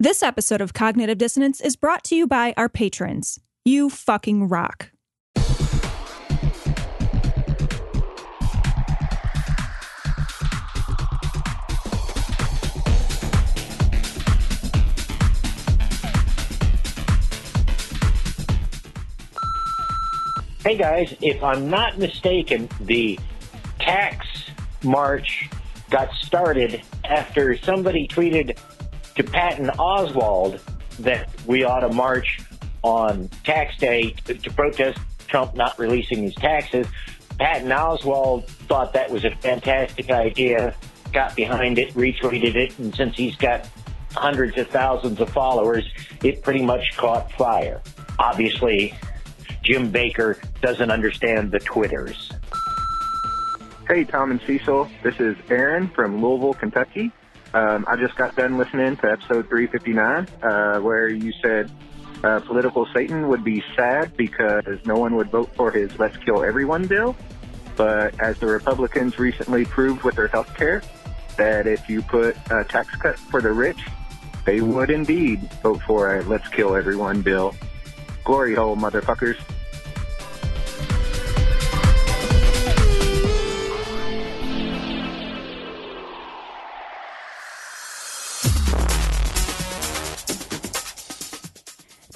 This episode of Cognitive Dissonance is brought to you by our patrons. You fucking rock. Hey guys, if I'm not mistaken, the tax march got started after somebody tweeted to Patton Oswald that we ought to march on tax day to, to protest Trump not releasing his taxes. Patton Oswald thought that was a fantastic idea, got behind it, retweeted it, and since he's got hundreds of thousands of followers, it pretty much caught fire. Obviously, Jim Baker doesn't understand the Twitters. Hey, Tom and Cecil. This is Aaron from Louisville, Kentucky. Um, I just got done listening to episode 359, uh, where you said uh, political Satan would be sad because no one would vote for his "Let's Kill Everyone" bill. But as the Republicans recently proved with their health care, that if you put a tax cut for the rich, they would indeed vote for a "Let's Kill Everyone" bill. Glory hole, motherfuckers.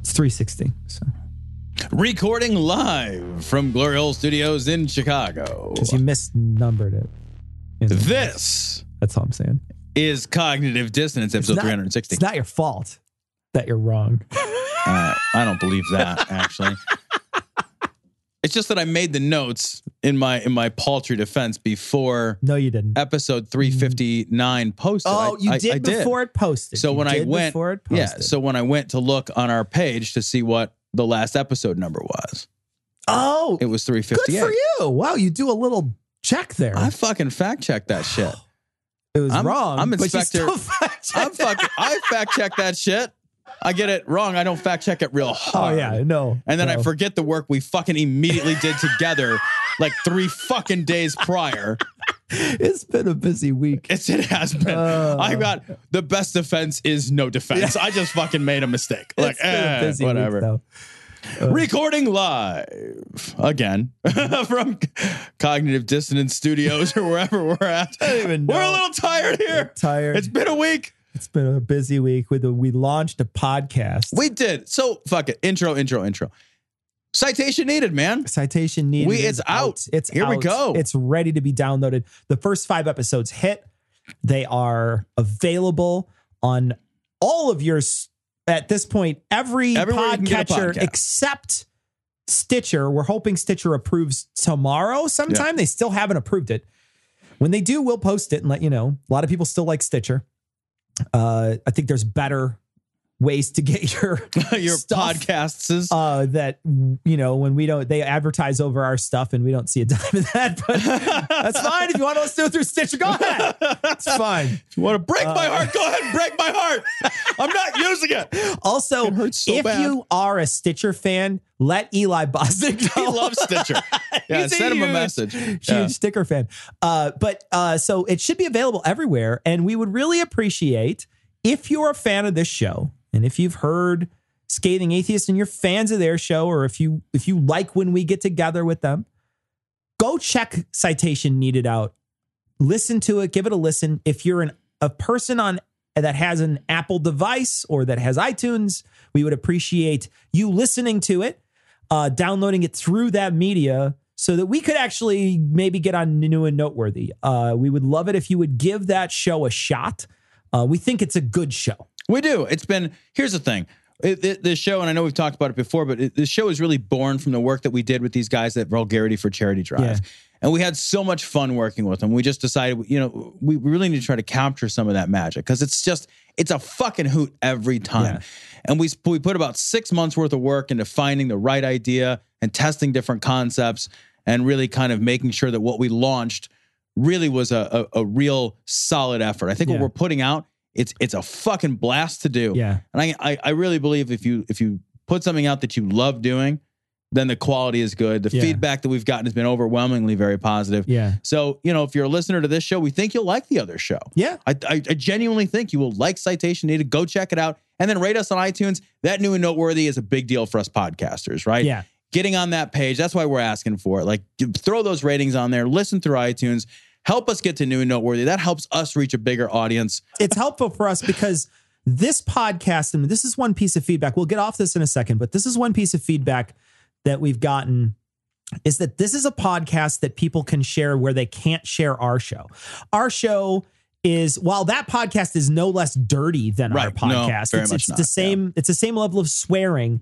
It's 360. So, Recording live from Glory Hole Studios in Chicago. because you misnumbered it. You know, This that's all I'm saying. is Cognitive Dissonance, episode not- 360. It's not your fault that you're wrong. Uh, I don't believe that, actually. it's just that I made the notes in my in my paltry defense before No, you didn't. Mm-hmm. episode 359 posted. oh, I- you I- did I before it posted. So You when I did went, before it posted. yeah. So when I went to look on our page to see what the last episode number was, oh, it was 358. good for you. Wow, you do a little check there. I fucking fact checked that shit. it was I'm- wrong. I'm but you Inspector- still fact-checked I'm it. fucking. I fact check that shit. I get it wrong. I don't fact check it real Oh hard. yeah, no. And then no. I forget the work we fucking immediately did together, like three fucking days prior. It's been a busy week. It's it has been. Uh. I got the best defense is no defense. I just fucking made a mistake. Like It's been eh, a busy whatever. week though. Uh. Recording live again from Cognitive Dissonance Studios or wherever we're at. I don't even We're a know. little tired here. Tired. It's been a week. it's been a busy week. With a, we launched a podcast. We did. So fuck it. Intro, intro, intro. Citation needed, man. Citation needed. We- is it's out. It's Here we out. go. It's ready to be downloaded. The first five episodes hit. They are available on all of your s- at this point every Everywhere you can get a podcatcher podcast. except Stitcher. We're hoping Stitcher approves tomorrow sometime. They still haven't approved it. When they do, we'll post it and let you know. A lot of people still like Stitcher. Uh, I think there's better ways to get your Your stuff podcasts is uh, that you know when we don't they advertise over our stuff and we don't see a dime of that but that's fine if you want to listen to it through stitcher go ahead it's fine you want to break my heart? Go ahead, and break my heart. I'm not using it. also It hurts so if bad. you are a stitcher fan let eli bosnick He know loves Stitcher. Yeah, He's a send him a huge- message. Huge Yeah. sticker fan. Uh, but uh, so it should be available everywhere. And we would really appreciate if you're a fan of this show and if you've heard Scathing Atheist and you're fans of their show, or if you if you like when we get together with them, go check Citation Needed out. Listen to it, give it a listen. If you're an a person on that has an Apple device or that has iTunes, we would appreciate you listening to it uh, downloading it through that media so that we could actually maybe get on new and noteworthy. Uh, we would love it if you would give that show a shot. Uh, we think it's a good show. We do. It's been here's the thing. it, it, this show, and I know we've talked about it before, but it, this show is really born from the work that we did with these guys at Vulgarity for Charity Drive. Yeah. And we had so much fun working with them. We just decided, you know, we we really need to try to capture some of that magic because it's just, it's a fucking hoot every time. Yeah. And we, we put about six months worth of work into finding the right idea and testing different concepts and really kind of making sure that what we launched really was a, a, a real solid effort. I think Yeah. what we're putting out, it's it's a fucking blast to do. Yeah. And I, I I really believe if you if you put something out that you love doing, then the quality is good. The Yeah. feedback that we've gotten has been overwhelmingly very positive. Yeah. So, you know, if you're a listener to this show, we think you'll like the other show. Yeah. I, I, I genuinely think you will like Citation Needed. Go check it out and then rate us on iTunes. That new and noteworthy is a big deal for us podcasters, right? Yeah. Getting on that page, that's why we're asking for it. Like, g- throw those ratings on there, listen through iTunes, help us get to new and noteworthy. That helps us reach a bigger audience. it's helpful for us because this podcast, and this is one piece of feedback. We'll get off this in a second, but this is one piece of feedback that we've gotten is that this is a podcast that people can share where they can't share our show. Our show is while that podcast is no less dirty than our Right. No, podcast. very it's much it's not. the Yeah. same, it's the same level of swearing.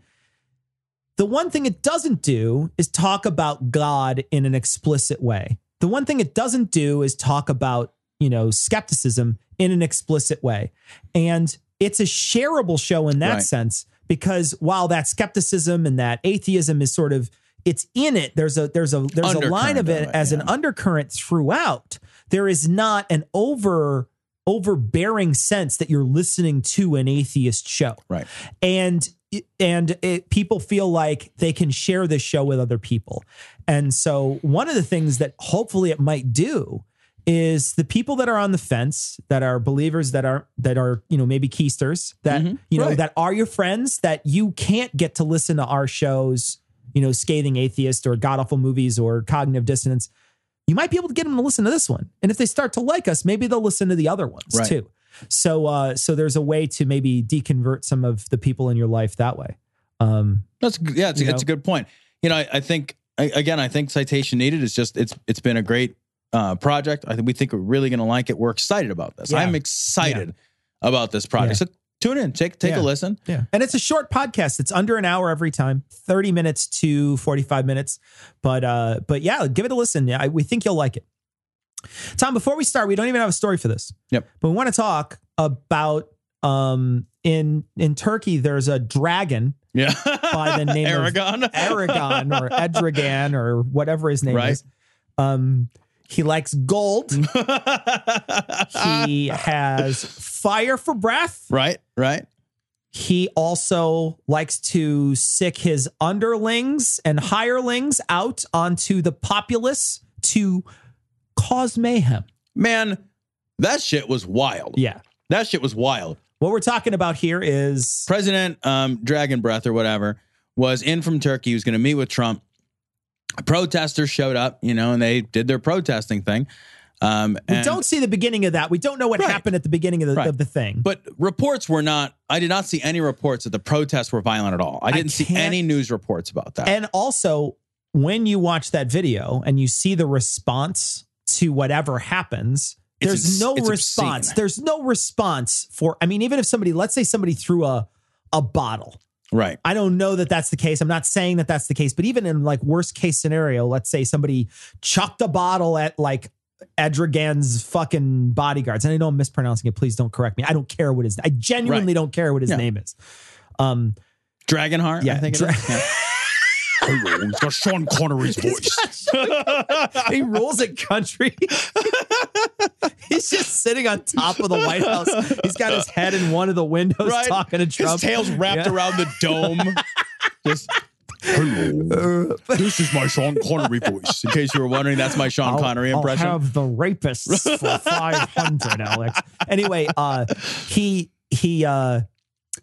The one thing it doesn't do is talk about God in an explicit way. The one thing it doesn't do is talk about, you know, skepticism in an explicit way. And it's a shareable show in that Right. sense because while that skepticism and that atheism is sort of it's in it, there's a there's a there's a line Undercurrent of it of it, as an yeah. undercurrent throughout. There is not an over overbearing sense that you're listening to an atheist show Right. and and it, people feel like they can share this show with other people and so one of the things that hopefully it might do is the people that are on the fence that are believers that are that are you know maybe keisters that Mhm. you know Right. that are your friends that you can't get to listen to our shows you know scathing atheist or god awful movies or cognitive dissonance you might be able to get them to listen to this one and if they start to like us maybe they'll listen to the other ones Right. too so uh so there's a way to maybe deconvert some of the people in your life that way. Um That's g- yeah, it's, You a it's a good point. You know, I, I think I, again, I think citation needed is just it's it's been a great uh, project. I think we think we're really going to like it. We're excited about this. Yeah. I'm excited about this project. So tune in, take take Yeah. a listen. yeah. And it's a short podcast. It's under an hour every time, 30 minutes to 45 minutes. But uh but yeah, give it a listen. Yeah, I, we think you'll like it. Tom, before we start, we don't even have a story for this. Yep. But we want to talk about um in in Turkey there's a dragon, Yeah, By the name of Aragon, Aragon or Edragan or whatever his name Right. is. Um he likes gold. He has fire for breath. right, right. He also likes to sick his underlings and hirelings out onto the populace to cause mayhem. Man, that shit was wild. Yeah. That shit was wild. What we're talking about here is President um, Dragon Breath or whatever was in from Turkey. He was going to meet with Trump. Protesters showed up, you know, and they did their protesting thing. Um, we and- don't see the beginning of that. We don't know what Right. happened at the beginning of the, Right. of the thing. But reports were not. I did not see any reports that the protests were violent at all. I didn't see can't- any news reports about that. And also, when you watch that video and you see the response to whatever happens, It's there's obs- no it's response. obscene. There's no response for. I mean, even if somebody, let's say somebody threw a a bottle. right. I don't know that that's the case. I'm not saying that that's the case, but even in like worst case scenario, let's say somebody chucked a bottle at like Edragan's fucking bodyguards. And I know I'm mispronouncing it. Please don't correct me. I don't care what his. I genuinely Right. don't care what his Yeah. name is. Um, Dragonheart. Yeah, I think dra- it is. Yeah. It's got Sean Connery's voice. he rules a country. He's just sitting on top of the White House. He's got his head in one of the windows Right. talking to His Trump. tail's wrapped Yeah. around the dome. Just Hello. This is my Sean Connery voice. in case you were wondering, that's my Sean Connery impression. I'll have the rapists for 500, Alex. Anyway, uh, he he uh,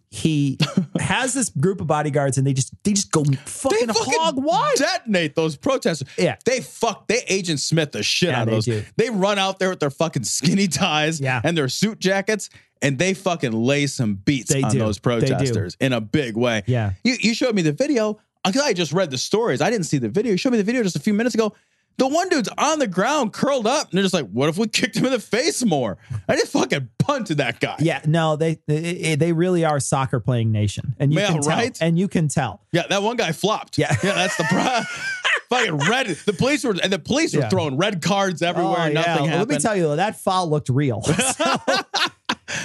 he has this group of bodyguards, and they just they just go fucking, hog wild. detonate those protesters. Yeah. They fuck, they Agent Smith the shit Yeah, out of they do. those. They run out there with their fucking skinny ties Yeah. and their suit jackets and they fucking lay some beats They on do. They those do. protesters in a big way. Yeah. You, you showed me the video because I just read the stories. I didn't see the video. You showed me the video just a few minutes ago. The one dude's on the ground, curled up, and they're just like, "What if we kicked him in the face more?" I just fucking punted that guy. Yeah, no, they they, they really are a soccer playing nation, and you Yeah, can tell. right? And you can tell. Yeah, that one guy flopped. Yeah. yeah, that's the problem. fucking red. The police were and the police were Yeah. throwing red cards everywhere. Oh, nothing yeah. Let happened. me tell you though, that foul looked real. So,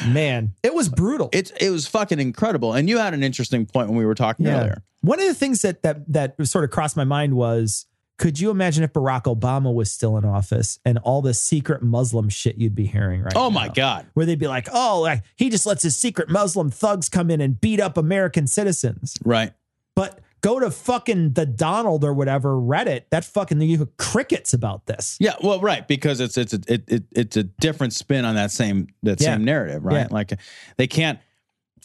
man, it was brutal. it it was fucking incredible. And you had an interesting point when we were talking earlier. One of the things that that that sort of crossed my mind was could you imagine if Barack Obama was still in office and all the secret Muslim shit you'd be hearing right Oh now? my god. Where they'd be like, oh, like, he just lets his secret Muslim thugs come in and beat up American citizens. Right. But go to fucking the Donald or whatever Reddit. That fucking you have crickets about this. Yeah. Well, right, because it's it's a it, it it's a different spin on that same that Yeah. same narrative, right? Yeah. Like they can't.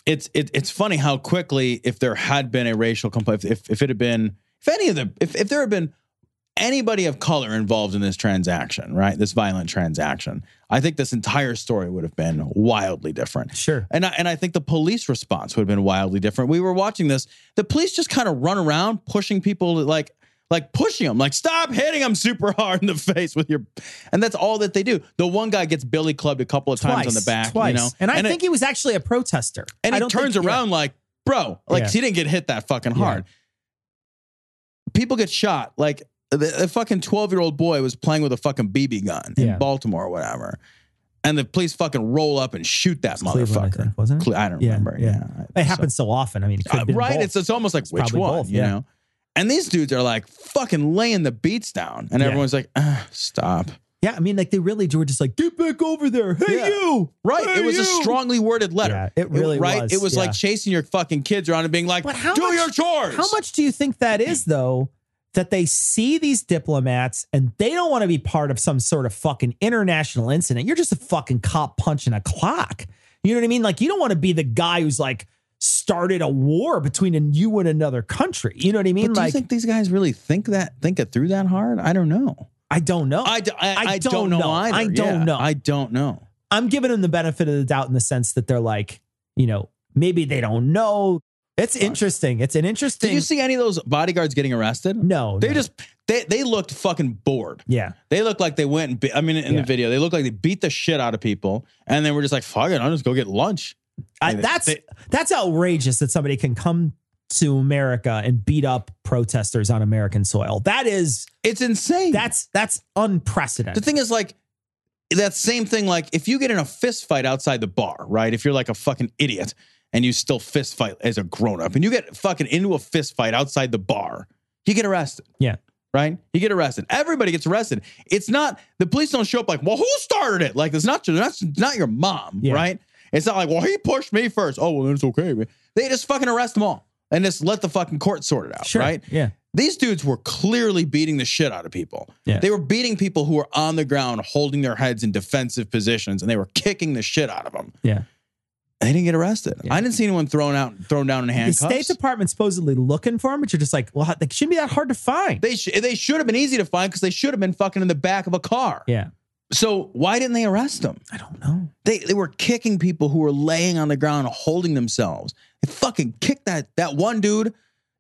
It's it, it's funny how quickly if there had been a racial complaint, if if it had been if any of the if if there had been anybody of color involved in this transaction, right, this violent transaction, I think this entire story would have been wildly different. Sure. And I, and I think the police response would have been wildly different. We were watching this. The police just kind of run around pushing people to like like pushing them, like stop hitting them super hard in the face with your, and that's all that they do. The one guy gets billy clubbed a couple of times on the back, twice. you know, And I it- think he was actually a protester. and I he don't turns think- yeah. around like, bro, like Yeah. he didn't get hit that fucking hard. People get shot. Like the, the fucking 12 year old boy was playing with a fucking BB gun Yeah. in Baltimore or whatever. And the police fucking roll up and shoot that Cleveland, I motherfucker. think, wasn't it? Cle- I don't Yeah, remember. yeah. Yeah. It So- happens so, often. I mean, it could uh, have been right. both. It's it's almost like It's which probably one, both, you yeah. know? And these dudes are like fucking laying the beats down, and Yeah. everyone's like, ah, "Stop!" Yeah, I mean, like they really were just like, get back over there. Hey, Yeah. you. Right? Hey, it was a you!" strongly worded letter. Yeah, it really right. was, It was yeah. like chasing your fucking kids around and being like, But how "Do much- your chores." How much do you think that is, though, that they see these diplomats and they don't want to be part of some sort of fucking international incident? You're just a fucking cop punching a clock. You know what I mean? Like, you don't want to be the guy who's like started a war between an- you and another country. You know what I But mean? do Like, you think these guys really think that think it through that hard? I don't know. I don't know. I, d- I, I don't, know. either. I don't Yeah, know. I don't know. I'm giving them the benefit of the doubt in the sense that they're like, you know, maybe they don't know. It's interesting. It's an Did interesting. you see any of those bodyguards getting arrested? no, They no. just they they looked fucking bored. yeah, They look like they went and be, I mean in Yeah. the video, they look like they beat the shit out of people and then we're just like, fuck it, I'll just go get lunch. I, They- that's they- that's outrageous that somebody can come to America and beat up protesters on American soil. That is It's insane. that's that's the unprecedented. thing is like that same thing, like if you get in a fist fight outside the bar, right? If you're like a fucking idiot and you still fist fight as a grown up and you get fucking into a fist fight outside the bar, you get arrested. Yeah. Right? You get arrested. Everybody gets arrested. It's not the police don't show up like, well, who started it? Like it's not your that's not your mom, Yeah. right? It's not like, well, he pushed me first. Oh, well, then it's okay. man. They just fucking arrest them all and just let the fucking court sort it out, Sure. right? Yeah. These dudes were clearly beating the shit out of people. Yeah. They were beating people who were on the ground holding their heads in defensive positions and they were kicking the shit out of them. Yeah. They didn't get arrested. Yeah. I didn't see anyone thrown out thrown down in The handcuffs. State Department supposedly looking for them, but you're just like, well, they shouldn't be that hard to find. they sh- they should have been easy to find cuz they should have been fucking in the back of a car. yeah, So why didn't they arrest them? I don't know. They they were kicking people who were laying on the ground holding themselves. They fucking kicked that that one dude.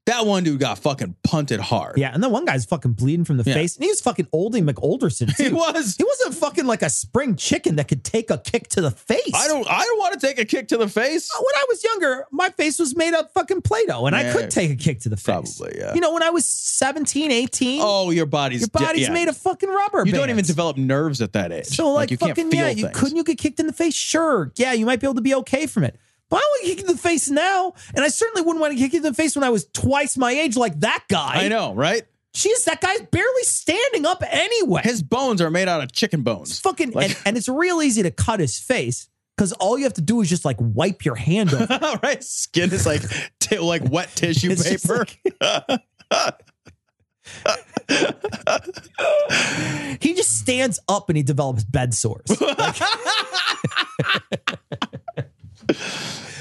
That one dude got fucking punted hard. Yeah, and then one guy's fucking bleeding from the Yeah. face, and he was fucking Oldie McOlderson He too. was He wasn't fucking like a spring chicken that could take a kick to the face. I don't I don't want to take a kick to the face. When I was younger, my face was made up fucking Play Doh, and I Yeah. could take a kick to the face. Probably, yeah. You know, when I was 17, 18, Oh, your body's your body's yeah. made of fucking rubber. You don't bands. even develop nerves at that age. So, like, you fucking, can't feel yeah, things. you couldn't you get kicked in the face? Sure. Yeah, you might be able to be okay from it. But I would kick in the face now, and I certainly wouldn't want to get kicked in the face when I was twice my age, like that guy. I know, right? Jeez, that guy's barely standing up anyway. His bones are made out of chicken It's bones. fucking Like- and, and it's real easy to cut his face because all you have to do is just like wipe your hand over. right? Skin is like t- like wet tissue It's just paper. He just stands up and he develops bed sores.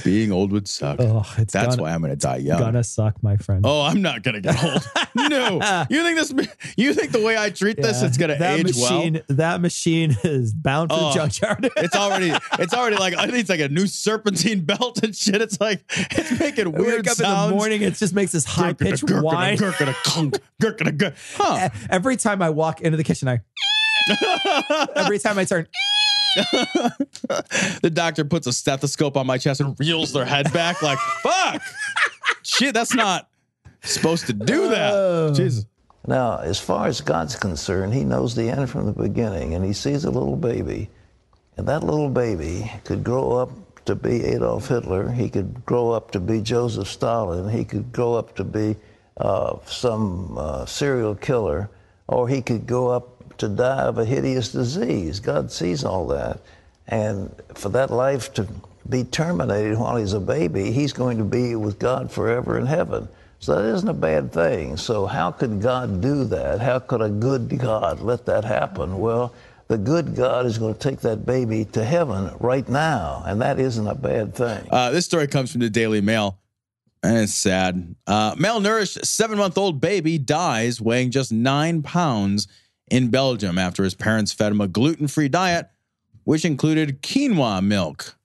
Being old would suck. Oh, it's That's gonna, why I'm going to die young. gonna suck, my friend. Oh, I'm not gonna get old. no, you think this? You think the way I treat this, Yeah. it's gonna that age machine, well? That machine is bound for Oh. the junkyard. It's already, it's already like I think it's like a new serpentine belt and shit. It's like it's making We weird wake up sounds. in the morning, it just makes this high pitched Gurgada, whine. gurgada, gurgada, gurgada, gurgada. Huh. E- Every time I walk into the kitchen, I every time I turn, the doctor puts a stethoscope on my chest and reels their head back like fuck. Shit, that's not supposed to do that. Oh. Jesus. Now, as far as God's concerned, He knows the end from the beginning, and He sees a little baby. And that little baby could grow up to be Adolf Hitler. He could grow up to be Joseph Stalin. He could grow up to be uh, some uh, serial killer. Or he could grow up to die of a hideous disease. God sees all that. And for that life to be terminated while he's a baby, he's going to be with God forever in heaven. So that isn't a bad thing. So, how could God do that? How could a good God let that happen? Well, the good God is going to take that baby to heaven right now, and that isn't a bad thing. Uh, this story comes from the Daily Mail. And it's sad. Uh, malnourished seven month old baby dies weighing just nine pounds in Belgium after his parents fed him a gluten free diet, which included quinoa milk.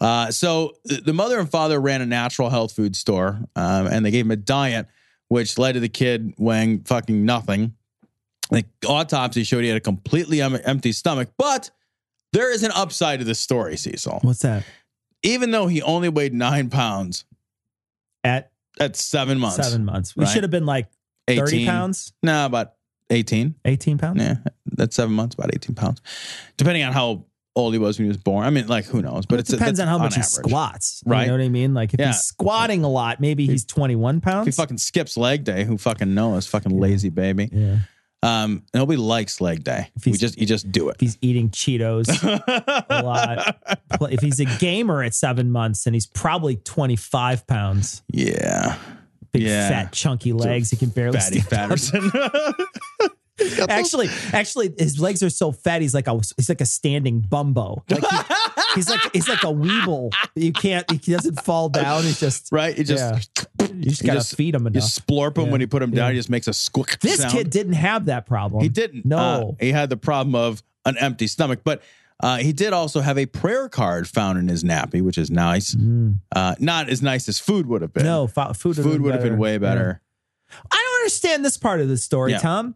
Uh, so th- the mother and father ran a natural health food store um, and they gave him a diet, which led to the kid weighing fucking nothing. The autopsy showed he had a completely em- empty stomach, but there is an upside to this story, Cecil what's that? even though he only weighed nine pounds At at seven months, seven months, we right? should have been like 30 pounds, Nah, about 18. 18 pounds. Yeah, that's seven months, about 18 pounds, depending on how old he was when he was born. I mean, like, who knows? But But it it's, depends that's on how much he average. squats. Right. You know what I mean? Like if Yeah. he's squatting a lot, maybe he's 21 If he pounds. fucking skips leg day, who fucking knows? Fucking lazy baby. yeah. Um, nobody likes leg day. If We he's- just you just do it. If he's eating Cheetos a lot. Pl- If he's a gamer at seven months and he's probably 25 pounds, yeah, big Yeah. fat chunky legs, he can barely fatty stand up. Patterson. Actually, actually, his legs are so fat. He's like a he's like a standing bumbo. Like he- he's like he's like a weeble. You can't. He doesn't fall down. He's just right? You just Yeah. You just you gotta just- feed him you enough. splorp him Yeah. when you put him down. Yeah. He just makes a squick. this sound. kid didn't have that problem. He didn't. No. Uh, he had the problem of an empty stomach, but uh, he did also have a prayer card found in his nappy, which is nice. Uh, not as nice as food would have been. Mm. No, fo- food. food would have been way Yeah. better. I don't understand this part of the story, Yeah. Tom.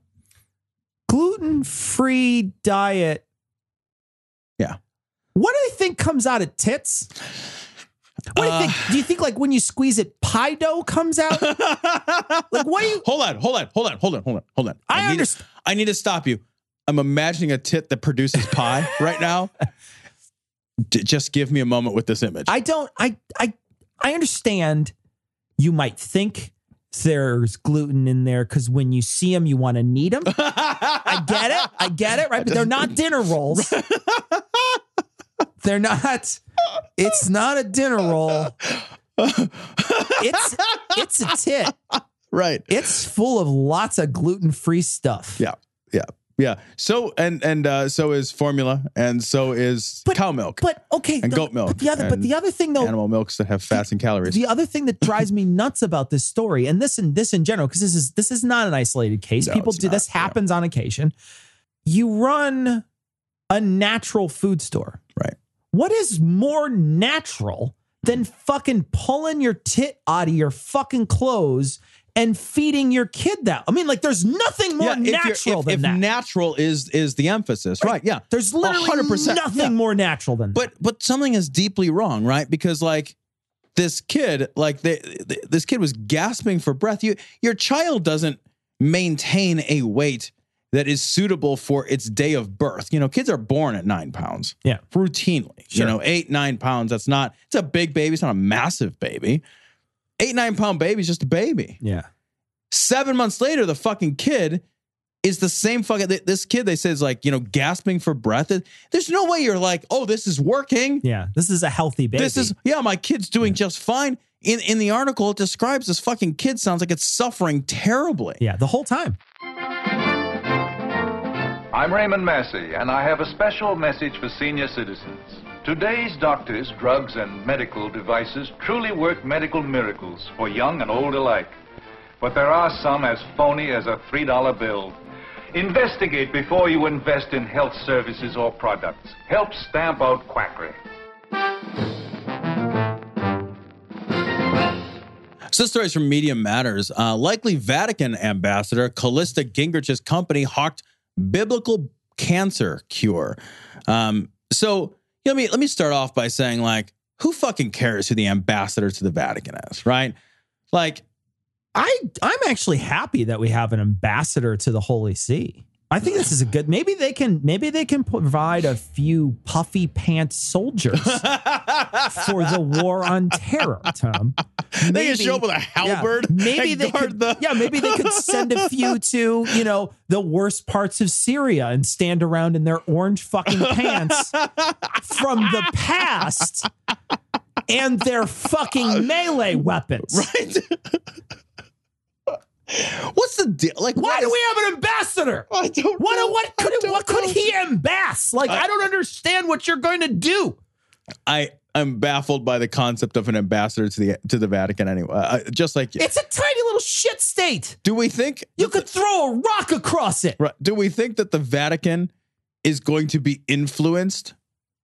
Gluten free diet. Yeah. What do they think comes out of tits? What Uh. do you think? Do you think like when you squeeze it, pie dough comes out? like what do you? Hold on, hold on, hold on, hold on, hold on, hold on. I need, underst- I need to stop you. I'm imagining a tit that produces pie right now. D- just give me a moment with this image. I don't. I I I understand. You might think there's gluten in there because when you see them, you want to need them. I get it. I get it. Right, but they're not dinner rolls. they're not. It's not a dinner roll. It's it's a tit. right. It's full of lots of gluten free stuff. Yeah, yeah, yeah. So and and uh, so is formula, and so is But- cow milk, But okay. And the- goat milk But the other. But and the other thing though. animal milks that have fats and calories. The other thing that drives me nuts about this story, and this and this in general, because this is this is not an isolated case. No, People it's do this not, yeah. happens on occasion. You run a natural food store. Right. What is more natural than fucking pulling your tit out of your fucking clothes and feeding your kid that? I mean, like, there's nothing more if you're- natural if, than if that. natural is is the emphasis, right? Yeah. there's literally 100%, nothing yeah. more natural than that. But but something is deeply wrong, right? Because like this kid, like they, th- this kid was gasping for breath. You your child doesn't maintain a weight that is suitable for its day of birth. You know, kids are born at nine pounds. Yeah. routinely. Sure. You know, eight nine pounds. That's not. It's a big baby. It's not a massive baby. Eight nine pound baby is just a baby. Yeah. Seven months later, the fucking kid is the same fucking. th- This kid, they say, is like, you know, gasping for breath. There's no way you're like, oh, this is working. Yeah. This is a healthy baby. This is, yeah, my kid's doing just fine. In, in the article, it describes this fucking kid sounds like it's suffering terribly. yeah, the whole time. I'm Raymond Massey, and I have a special message for senior citizens. Today's doctors, drugs, and medical devices truly work medical miracles for young and old alike. But there are some as phony as a $3 bill. Investigate before you invest in health services or products. Help stamp out quackery. So this story is from Media Matters. Uh, likely Vatican ambassador Callista Gingrich's company hawked biblical cancer cure. Um, so you know, let me let me start off by saying like, who fucking cares who the ambassador to the Vatican is, right? Like, I I'm actually happy that we have an ambassador to the Holy See. I think this is a good. Maybe they can maybe they can provide a few puffy pants soldiers for the war on terror, Tom. they can show up with a halberd. Yeah, maybe and they guard could, the- yeah, maybe they could send a few to, you know, the worst parts of Syria and stand around in their orange fucking pants from the past and their fucking melee weapons. right. What's the deal? Like, Why what do is- we have an ambassador? I don't What uh, know. what I could don't what could know. Uh, he embass? Like I, don't understand what you're going to do. I I'm baffled by the concept of an ambassador to the to the Vatican. Anyway, uh, just like you. It's a tiny little shit state. do we think You could throw a rock across it. Right. Do we think that the Vatican is going to be influenced?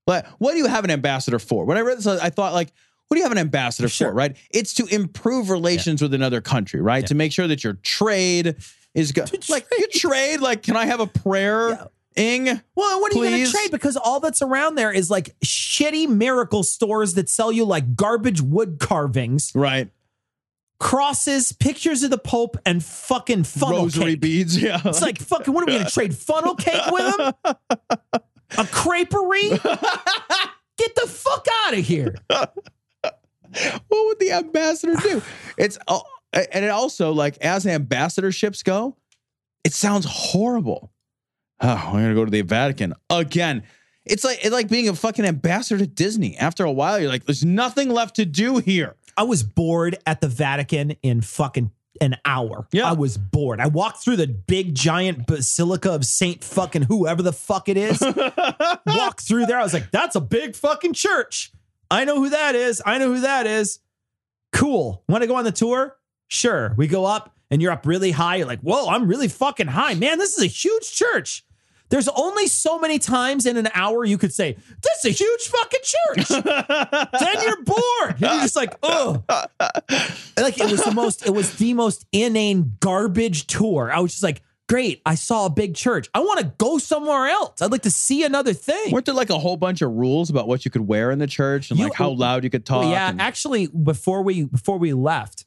Like, what do you have an ambassador for? When I read this, I I thought like, what do you have an ambassador Sure. for? Right. It's to improve relations with another country, right? To make sure that your trade is good. Like your trade, like, can I have a prayer? Ing. Well, what are you going Please? to trade? Because all that's around there is like shitty miracle stores that sell you like garbage wood carvings, Right. crosses, pictures of the Pope, and fucking funnel Rosary cake. beads. Yeah. It's like fucking. What are we going to trade funnel cake with them? A creperie? Get the fuck out of here! what would the ambassador do? It's uh, and it also like as ambassadorships go, it sounds horrible. Oh, I'm gonna go to the Vatican again. It's like it's like being a fucking ambassador to Disney. After a while, you're like, there's nothing left to do here. I was bored at the Vatican in fucking an hour. Yeah. I was bored. I walked through the big giant basilica of Saint fucking whoever the fuck it is. walked through there. I was like, that's a big fucking church. I know who that is. I know who that is. Cool. Want to go on the tour? Sure. We go up and you're up really high. You're like, whoa, I'm really fucking high. Man, this is a huge church. There's only so many times in an hour you could say, this is a huge fucking church. then you're bored. And you're just like, oh. Like it was the most, it was the most inane garbage tour. I was just like, great, I saw a big church. I want to go somewhere else. I'd like to see another thing. Weren't there like a whole bunch of rules about what you could wear in the church and You- like how loud you could talk? Well, yeah, and- actually, before we before we left,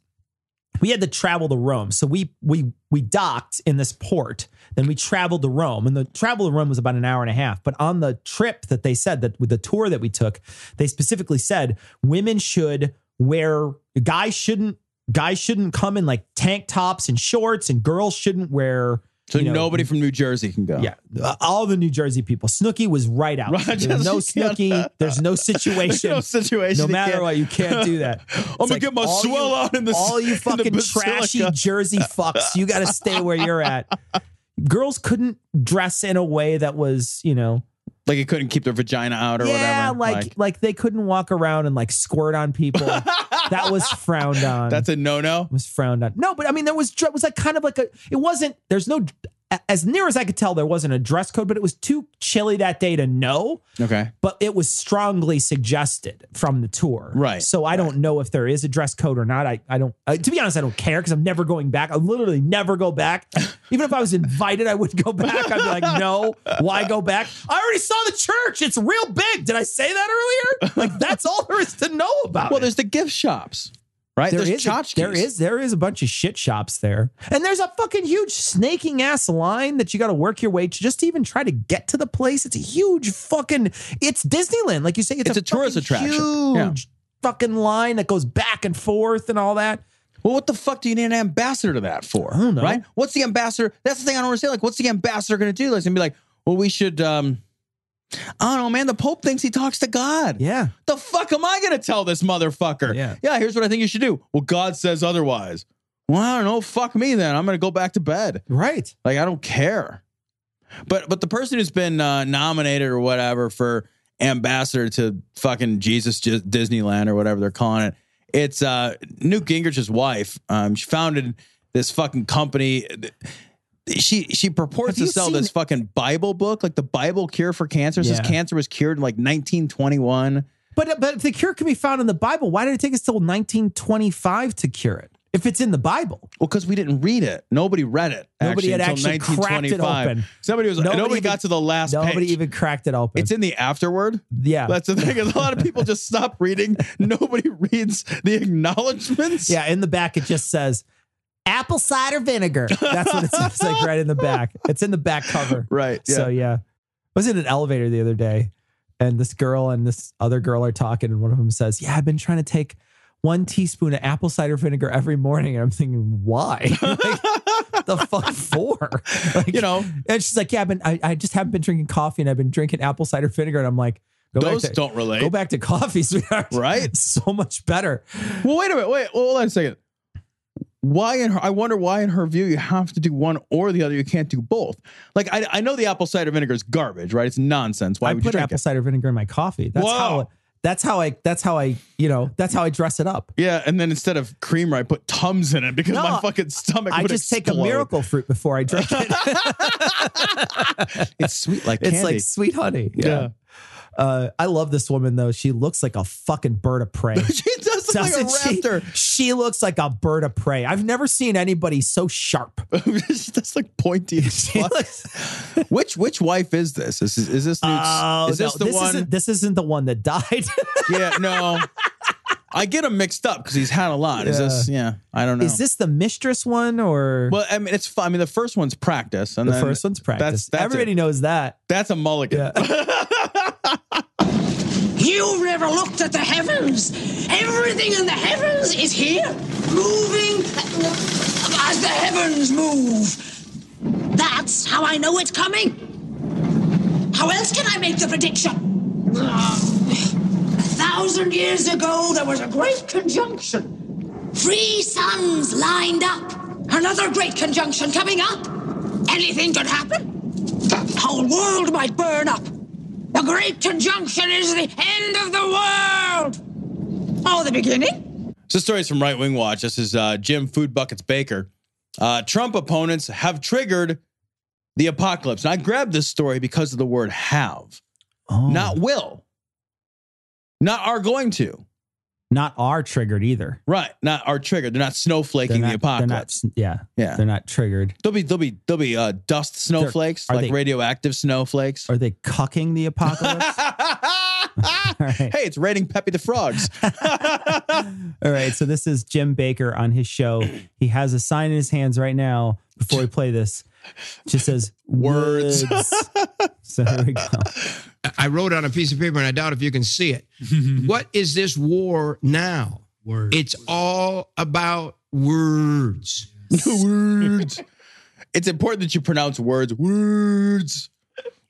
we had to travel to Rome. So we we we docked in this port, then we traveled to Rome, and the travel to Rome was about an hour and a half. But on the trip that they said that with the tour that we took, they specifically said women should wear guys shouldn't guys shouldn't come in like tank tops and shorts, and girls shouldn't wear. so you know, nobody from New Jersey can go. yeah, uh, all the New Jersey people. Snooky was right out. Right, There's no just- you can't- Snooky. There's no There's situation. no situation. No you matter can't- what, you can't do that. I'm It's gonna like get my all swell you- out in the all you in the fucking basilica. trashy Jersey fucks. You got to stay where you're at. Girls couldn't dress in a way that was, you know, Like you couldn't keep their vagina out or yeah, whatever. like, like they couldn't walk around and like squirt on people. that was frowned on. that's a no-no. was frowned on. No, but I mean there was dre- it was like kind of like a it wasn't there's no as near as I could tell there wasn't a dress code, but it was too chilly that day to know Okay. but it was strongly suggested from the tour. Right, So I don't know if there is a dress code or not. I, I don't, uh, to be honest, I don't care because I'm never going back. I literally never go back. Even if I was invited, I wouldn't go back. I'd be like, no, why go back? I already saw the church. It's real big. Did I say that earlier? Like, that's all there is to know about. Well, it. there's the gift shops, right? There there's is a, tchotchkes. there is there is a bunch of shit shops there, and there's a fucking huge snaking ass line that you got to work your way to just to even try to get to the place. It's a huge fucking it's Disneyland, like you say. It's, It's a tourist fucking attraction. Huge fucking line that goes back and forth and all that. Well, what the fuck do you need an ambassador to that for? don't know. Right? What's the ambassador? That's the thing I don't understand. Like, what's the ambassador going to do? Like, it's gonna be like, well, we should. um I don't know, man. The Pope thinks he talks to God. Yeah, The fuck am I going to tell this motherfucker? Yeah. Yeah. Here's what I think you should do. Well, God says otherwise. Well, I don't know. Fuck me then. I'm going to go back to bed. right. Like I don't care. But but the person who's been uh, nominated or whatever for ambassador to fucking Jesus J- Disneyland or whatever they're calling it. It's uh, Newt Gingrich's wife. Um, she founded this fucking company. She she purports Have you to sell this seen- fucking Bible book, like the Bible cure for cancer. Says Yeah. cancer was cured in like 1921. But but if the cure can be found in the Bible, why did it take us till 1925 to cure it? If it's in the Bible, Well, because we didn't read it. Nobody read it. Nobody actually, had until actually cracked it 1925. open. Somebody was. Nobody, Nobody even- got to the last. nobody page. even cracked it open. It's in the afterword. yeah, That's the thing. Is a lot of people just stop reading. Nobody reads the acknowledgments. yeah. In the back, it just says apple cider vinegar. That's what it says, like right in the back. It's in the back cover. Right. Yeah. So yeah, I was in an elevator the other day, and this girl and this other girl are talking, and one of them says, "Yeah, I've been trying to take one teaspoon of apple cider vinegar every morning." And I'm thinking, why? Like, the fuck for? Like, you know, And she's like, "Yeah, I've been, I, I just haven't been drinking coffee, and I've been drinking apple cider vinegar." And I'm like, "Go those back to, don't relate. go back to coffee, sweetheart. Right. so much better." Well, wait a minute. Wait. Well, hold on a second. Why in her, I wonder why in her view you have to do one or the other. You can't do both. Like I, I know the apple cider vinegar is garbage, right? It's nonsense. Why I would you put drink apple it? cider vinegar in my coffee. That's Wow. how. That's how I. That's how I. You know. That's how I dress it up. Yeah, and then instead of creamer, I put tums in it because No, my fucking stomach. I would just take a explode. miracle fruit before I drink it. It's sweet like it's candy. like sweet honey. Yeah. Uh, I love this woman though. She looks like a fucking bird of prey. she does look like a Doesn't she? raptor. She looks like a bird of prey. I've never seen anybody so sharp. she does look pointy as She fuck. looks- Which which wife is this? Is, is this Newt's? Oh, is this no, the this one? Isn't, this isn't the one that died. yeah, no. I get him mixed up because he's had a lot. Is this? Yeah, I don't know. Is this the mistress one or Well, I mean, it's. fu- I mean, the first one's practice, and the then first one's practice? That's that's Everybody A, knows that. that's a mulligan. You never looked at the heavens. Everything in the heavens is here, moving as the heavens move. That's how I know it's coming. How else can I make the prediction? Um, A thousand years ago, there was a great conjunction. Three suns lined up. Another great conjunction coming up. Anything could happen. The whole world might burn up. The Great Conjunction is the end of the world! Oh, the beginning? So this story is from Right Wing Watch. This is uh, Jim Food Buckets Baker. Uh, Trump opponents have triggered the apocalypse. And I grabbed this story because of the word "have," Oh, not will, not are going to. not are triggered either. Right, not are triggered. They're not snowflaking They're the not- they're not- apocalypse. yeah, Yeah. they're not triggered. They'll be they'll be they'll be uh, dust snowflakes, are like they- radioactive snowflakes. Are they cucking the apocalypse? right. Hey, it's raiding Peppy the Frogs. All right, so this is Jim Baker on his show. He has a sign in his hands right now before we play this. Just says Words. "Woods." so here we go. I wrote on a piece of paper, and I doubt if you can see it. what is this war now? Words. It's all about words. words. It's important that you pronounce words. Words.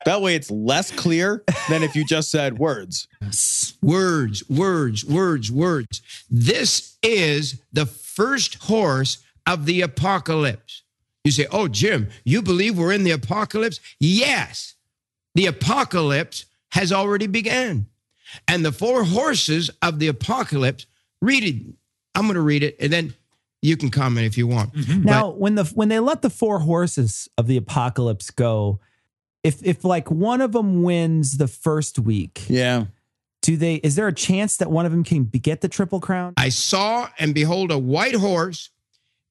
That way, it's less clear than if you just said words. Words, words, words, words. This is the first horse of the apocalypse. You say, Oh, Jim, you believe we're in the apocalypse? Yes. The apocalypse has already begun. And the four horses of the apocalypse, read it. I'm going to read it, and then you can comment if you want. Now, when the when they let the four horses of the apocalypse go, if if like one of them wins the first week, Yeah. do they? Is there a chance that one of them can be, get the triple crown? I saw and behold a white horse,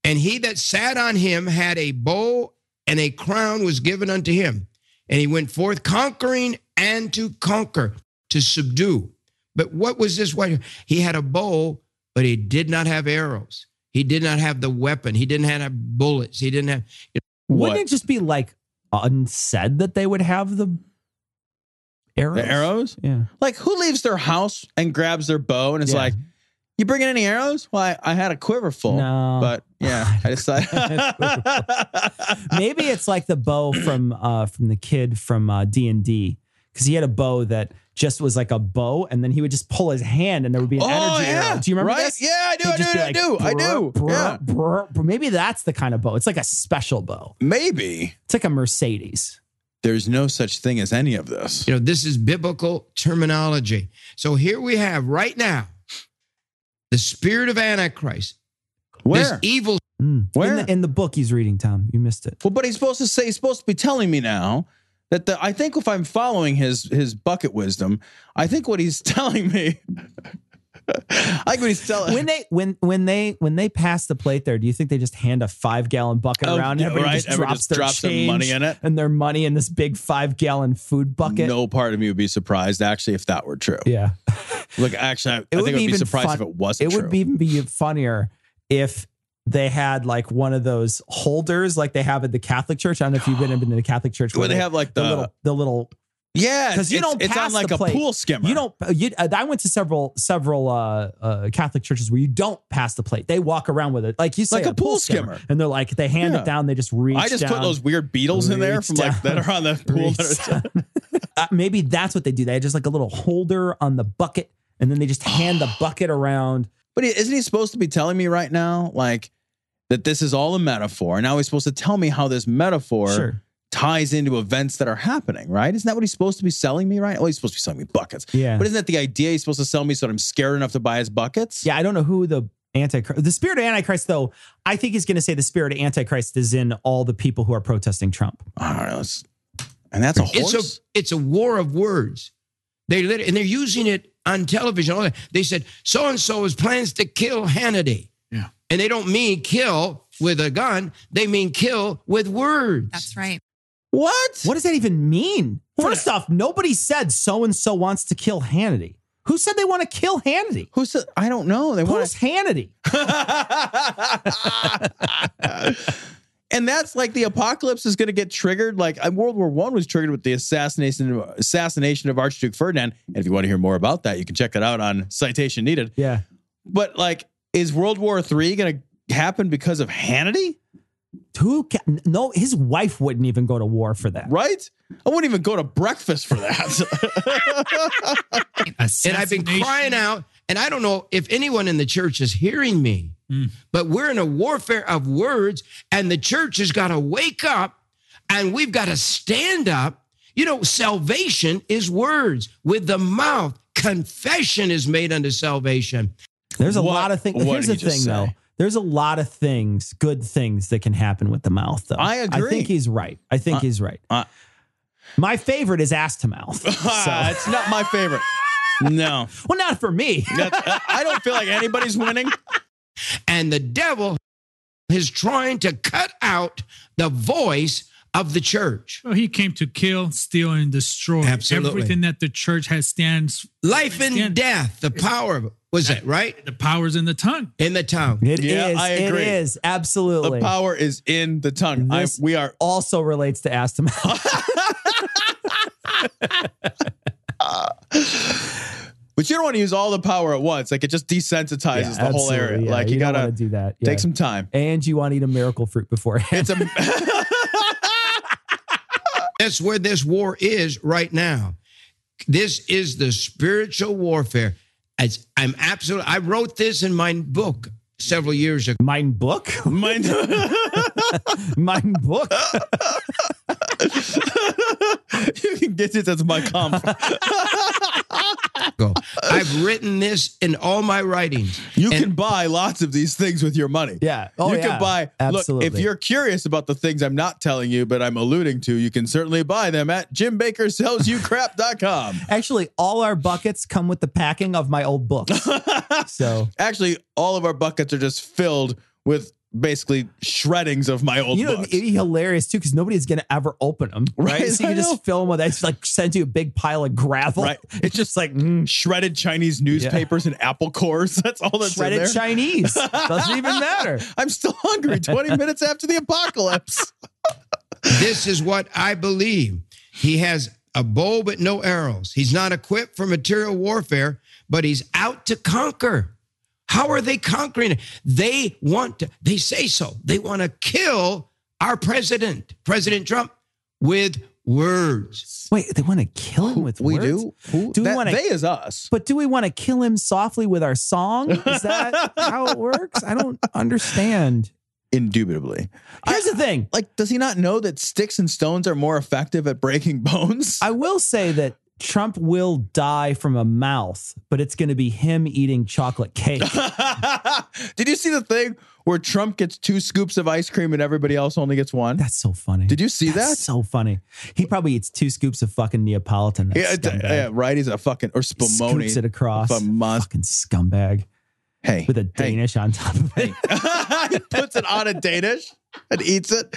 and he that sat on him had a bow, and a crown was given unto him. And he went forth conquering and to conquer, to subdue. But what was this white? He had a bow, but he did not have arrows. He did not have the weapon. He didn't have bullets. He didn't have. What? Wouldn't it just be like unsaid that they would have the arrows? the arrows? Yeah. Like, who leaves their house and grabs their bow and it's Yeah. like, you bringing any arrows? Well, I, I had a quiver full. No. But yeah, I decided. Maybe it's like the bow from uh from the kid from uh D and D because he had a bow that just was like a bow, and then he would just pull his hand, and there would be an oh, energy yeah. arrow. Do you remember right? this? Yeah, I do. He'd I do. just be I like, do. I do. "Brr, Yeah. brr, brr." Maybe that's the kind of bow. It's like a special bow. Maybe. It's like a Mercedes. There's no such thing as any of this. You know, this is biblical terminology. So here we have right now the spirit of Antichrist. This Where? evil. Where? In the, in the book he's reading, Tom, you missed it. well, but he's supposed to say he's supposed to be telling me now that the I think if I'm following his his bucket wisdom, I think what he's telling me, I think what he's telling. When they when when they when they pass the plate there, do you think they just hand a five gallon bucket Oh, around? yeah, Everybody right. just Everyone drops just their drops their change money in it. and their money in this big five gallon food bucket. no part of me would be surprised actually if that were true. Yeah, Look, actually, I, I think I would be even surprised fun- if it wasn't It true. would be even be funnier if they had like one of those holders like they have at the Catholic Church. I don't know if you've been in the Catholic Church Where they have, like, the the- little the little yeah, because you it's- don't It's pass on like the a plate. pool skimmer. You don't. You, uh, I went to several several uh, uh, Catholic churches where you don't pass the plate. They walk around with it, like you say, Like a pool skimmer. and they're like they hand Yeah. it down. They just reach. I just put down, those weird beetles in there reach from down, like that are on the pool. reach That are, down. uh, maybe that's what they do. They had just like a little holder on the bucket, and then they just hand the bucket around. but isn't he supposed to be telling me right now, like that this is all a metaphor? And now he's supposed to tell me how this metaphor Sure. ties into events that are happening, right? Isn't that what he's supposed to be selling me, right? Oh, he's supposed to be selling me buckets. Yeah. But isn't that the idea he's supposed to sell me so that I'm scared enough to buy his buckets? Yeah, I don't know who the antichrist, the spirit of antichrist, though. I think he's going to say the spirit of antichrist is in all the people who are protesting Trump. I don't know. It's, and that's a horse. It's a it's a war of words. They lit and they're using it on television. All that. They said so and so is plans to kill Hannity. Yeah. And they don't mean kill with a gun. They mean kill with words. That's right. what? What does that even mean? First off, nobody said so and so wants to kill Hannity. Who said they want to kill Hannity? Who said? I don't know. They want Who's Hannity? and that's like the apocalypse is going to get triggered. Like uh, World War One was triggered with the assassination of, assassination of Archduke Ferdinand. And if you want to hear more about that, you can check it out on Citation Needed. Yeah. But like, is World War Three going to happen because of Hannity? Who ca- no, his wife wouldn't even go to war for that. Right? I wouldn't even go to breakfast for that. and I've been crying out. And I don't know if anyone in the church is hearing me, Hmm. but we're in a warfare of words, and the church has got to wake up and we've got to stand up. You know, salvation is words with the mouth. Confession is made unto salvation. There's a What- lot of things. what Here's the did he thing just though. say? There's a lot of things, good things that can happen with the mouth though. I I agree. think he's right. I think he's right. uh. My favorite is ass to mouth. Ah, So- it's not my favorite. No, well, not for me. That's- I don't feel like anybody's winning. And the devil is trying to cut out the voice of the church. So he came to kill, steal, and destroy. Absolutely. Everything that the church has stands, Life and Understand. death, the power of was that right? the powers in the tongue. In the tongue. It is. Yeah, I agree. It is The absolutely. power is in the tongue. I, This- we are also relates to ass to mouth. But you don't want to use all the power at once. Like it just desensitizes Yeah, the whole area. absolutely, yeah. Like you, don't gotta wanna do that. Yeah. take some time. and you want to eat a miracle fruit beforehand. It's a That's where this war is right now. This is the spiritual warfare. It's, I'm absolutely, I wrote this in my book several years ago. Mine book, mind. mine book. you can get it as my comp. I've written this in all my writings. You And- can buy lots of these things with your money. Yeah. Oh, you yeah. can buy. Absolutely. Look, if you're curious about the things I'm not telling you, but I'm alluding to, you can certainly buy them at JimBakerSellsYouCrap.com. actually all our buckets come with the packing of my old books. so Actually, all of our buckets are just filled with basically shreddings of my old you know books. it'd be hilarious too because nobody's gonna ever open them, right? Right, So you I can know. just fill them with. It's like sends you a big pile of gravel. Right. It's just like mm, shredded Chinese newspapers and apple cores. That's all that's in shredded there. Chinese. Doesn't even matter. I'm still hungry 20 minutes after the apocalypse. This is what I believe. He has a bow, but no arrows. He's not equipped for material warfare, but he's out to conquer. How are they conquering? it? They want to, they say so. They want to kill our president, President Trump, with words. Wait, they want to kill him with we words? do. Who? Do we that- wanna- they is us. But do we want to kill him softly with our song? Is that how it works? I don't understand. Indubitably. Here's the thing. Like, does he not know that sticks and stones are more effective at breaking bones? I will say that Trump will die from a mouth, but it's going to be him eating chocolate cake. Did you see the thing where Trump gets two scoops of ice cream and everybody else only gets one? That's so funny. Did you see That's that? so funny. He probably eats two scoops of fucking Neapolitan. Yeah, That scumbag. uh, yeah, right. He's a fucking or Spumoni. Scoops it across. If I must- Fucking scumbag Hey, with a hey. Danish on top of it. he puts it on a Danish and eats it.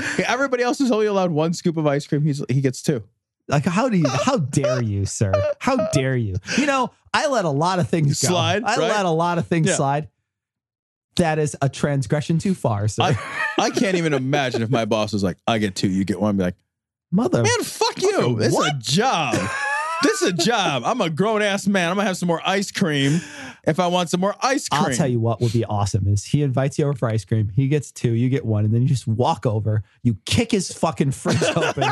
Okay, everybody else is only allowed one scoop of ice cream. He's he gets two. Like how do you? How dare you, sir? How dare you? You know, I let a lot of things go. Slide, I right? let a lot of things Yeah. slide. That is a transgression too far, sir. I, I can't even imagine if my boss was like, "I get two, you get one." I'd be like, Mother, "Man, fuck you! This is a What? job. this is a job. I'm a grown ass man. I'm gonna have some more ice cream if I want some more ice cream." I'll tell you what would be awesome is he invites you over for ice cream. He gets two, you get one, and then you just walk over, you kick his fucking fridge open,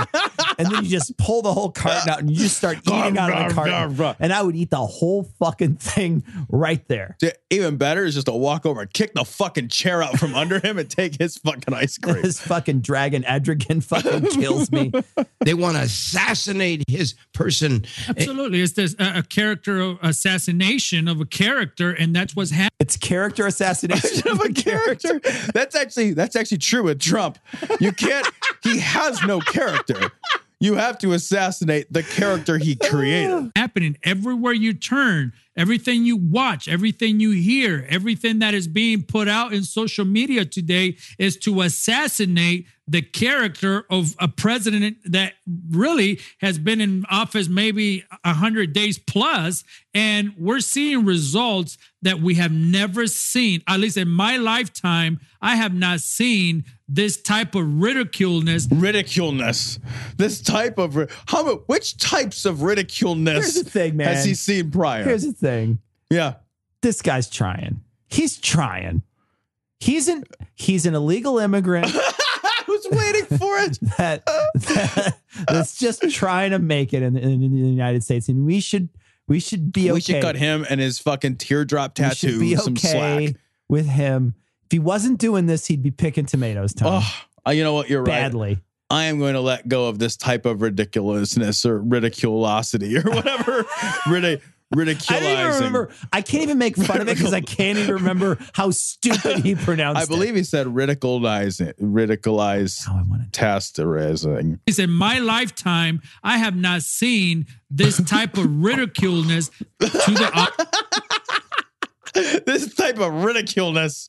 and then you just pull the whole carton out and you just start eating out of the carton. And I would eat the whole fucking thing right there. Dude, Even better is just to walk over and kick the fucking chair out from under him and take his fucking ice cream. This fucking dragon Edrigan fucking kills me. They want to assassinate his person. Absolutely. It's this, a, a character of assassination of a character, and that's what's happening. It's character assassination of a character. That's actually that's actually true with Trump. You can't. he has no character. You have to assassinate the character he created. happening everywhere you turn, everything you watch, everything you hear, everything that is being put out in social media today is to assassinate the character of a president that really has been in office maybe 100 days plus and we're seeing results that we have never seen at least in my lifetime i have not seen this type of ridiculeness Ridiculeness. This type of ri- how mu- which types of ridiculeness Here's the thing, man. has he seen prior? Here's the thing. yeah, this guy's trying. He's trying. He's an he's an illegal immigrant I was waiting for it. that, that- that's just trying to make it in, in, in the United States, and we should we should be okay. We should cut him and his fucking teardrop We tattoo should be some okay slack. with him. If he wasn't doing this, he'd be picking tomatoes, Tom, Oh, you know what? You're right. badly. I am going to let go of this type of ridiculousness or ridiculosity or whatever. Ridic- I don't even ridiculizing. remember. I can't even make fun of it because I can't even remember how stupid he pronounced. I believe he said ridiculizing, ridiculize It. Now I want to tasterizing. It's in my lifetime, I have not seen this type of ridiculeness to the op- This type of ridiculeness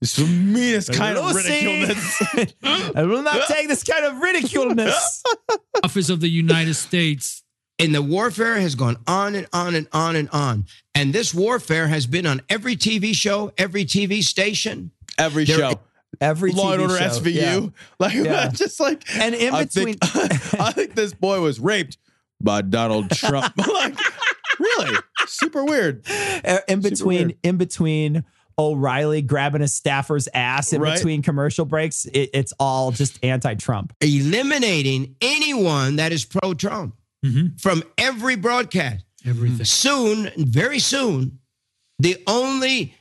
is the meanest kind of Lucy! ridiculeness. I will not take this kind of ridiculeness. office of the United States. And the warfare has gone on and on and on and on. And this warfare has been on every TV show, every TV station. Every There- show. Every Law TV and Order show, SVU. yeah. Like, Yeah. just like. And in I think- between- I think this boy was raped by Donald Trump. like, really? Super weird. Uh, in Super between weird. in between O'Reilly grabbing a staffer's ass in Right. between commercial breaks. It, it's all just anti-Trump. eliminating anyone that is pro Trump Mm-hmm. from every broadcast. Everything. Soon, very soon, the only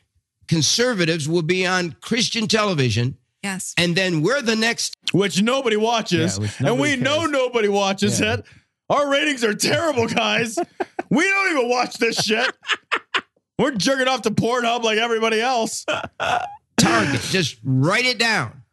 conservatives will be on Christian television, Yes. and then we're the next. which nobody watches, Yeah, which and we nobody know cares. nobody watches Yeah. it. Our ratings are terrible, guys. we don't even watch this shit. We're jerking off to Pornhub like everybody else. target. Just write it down.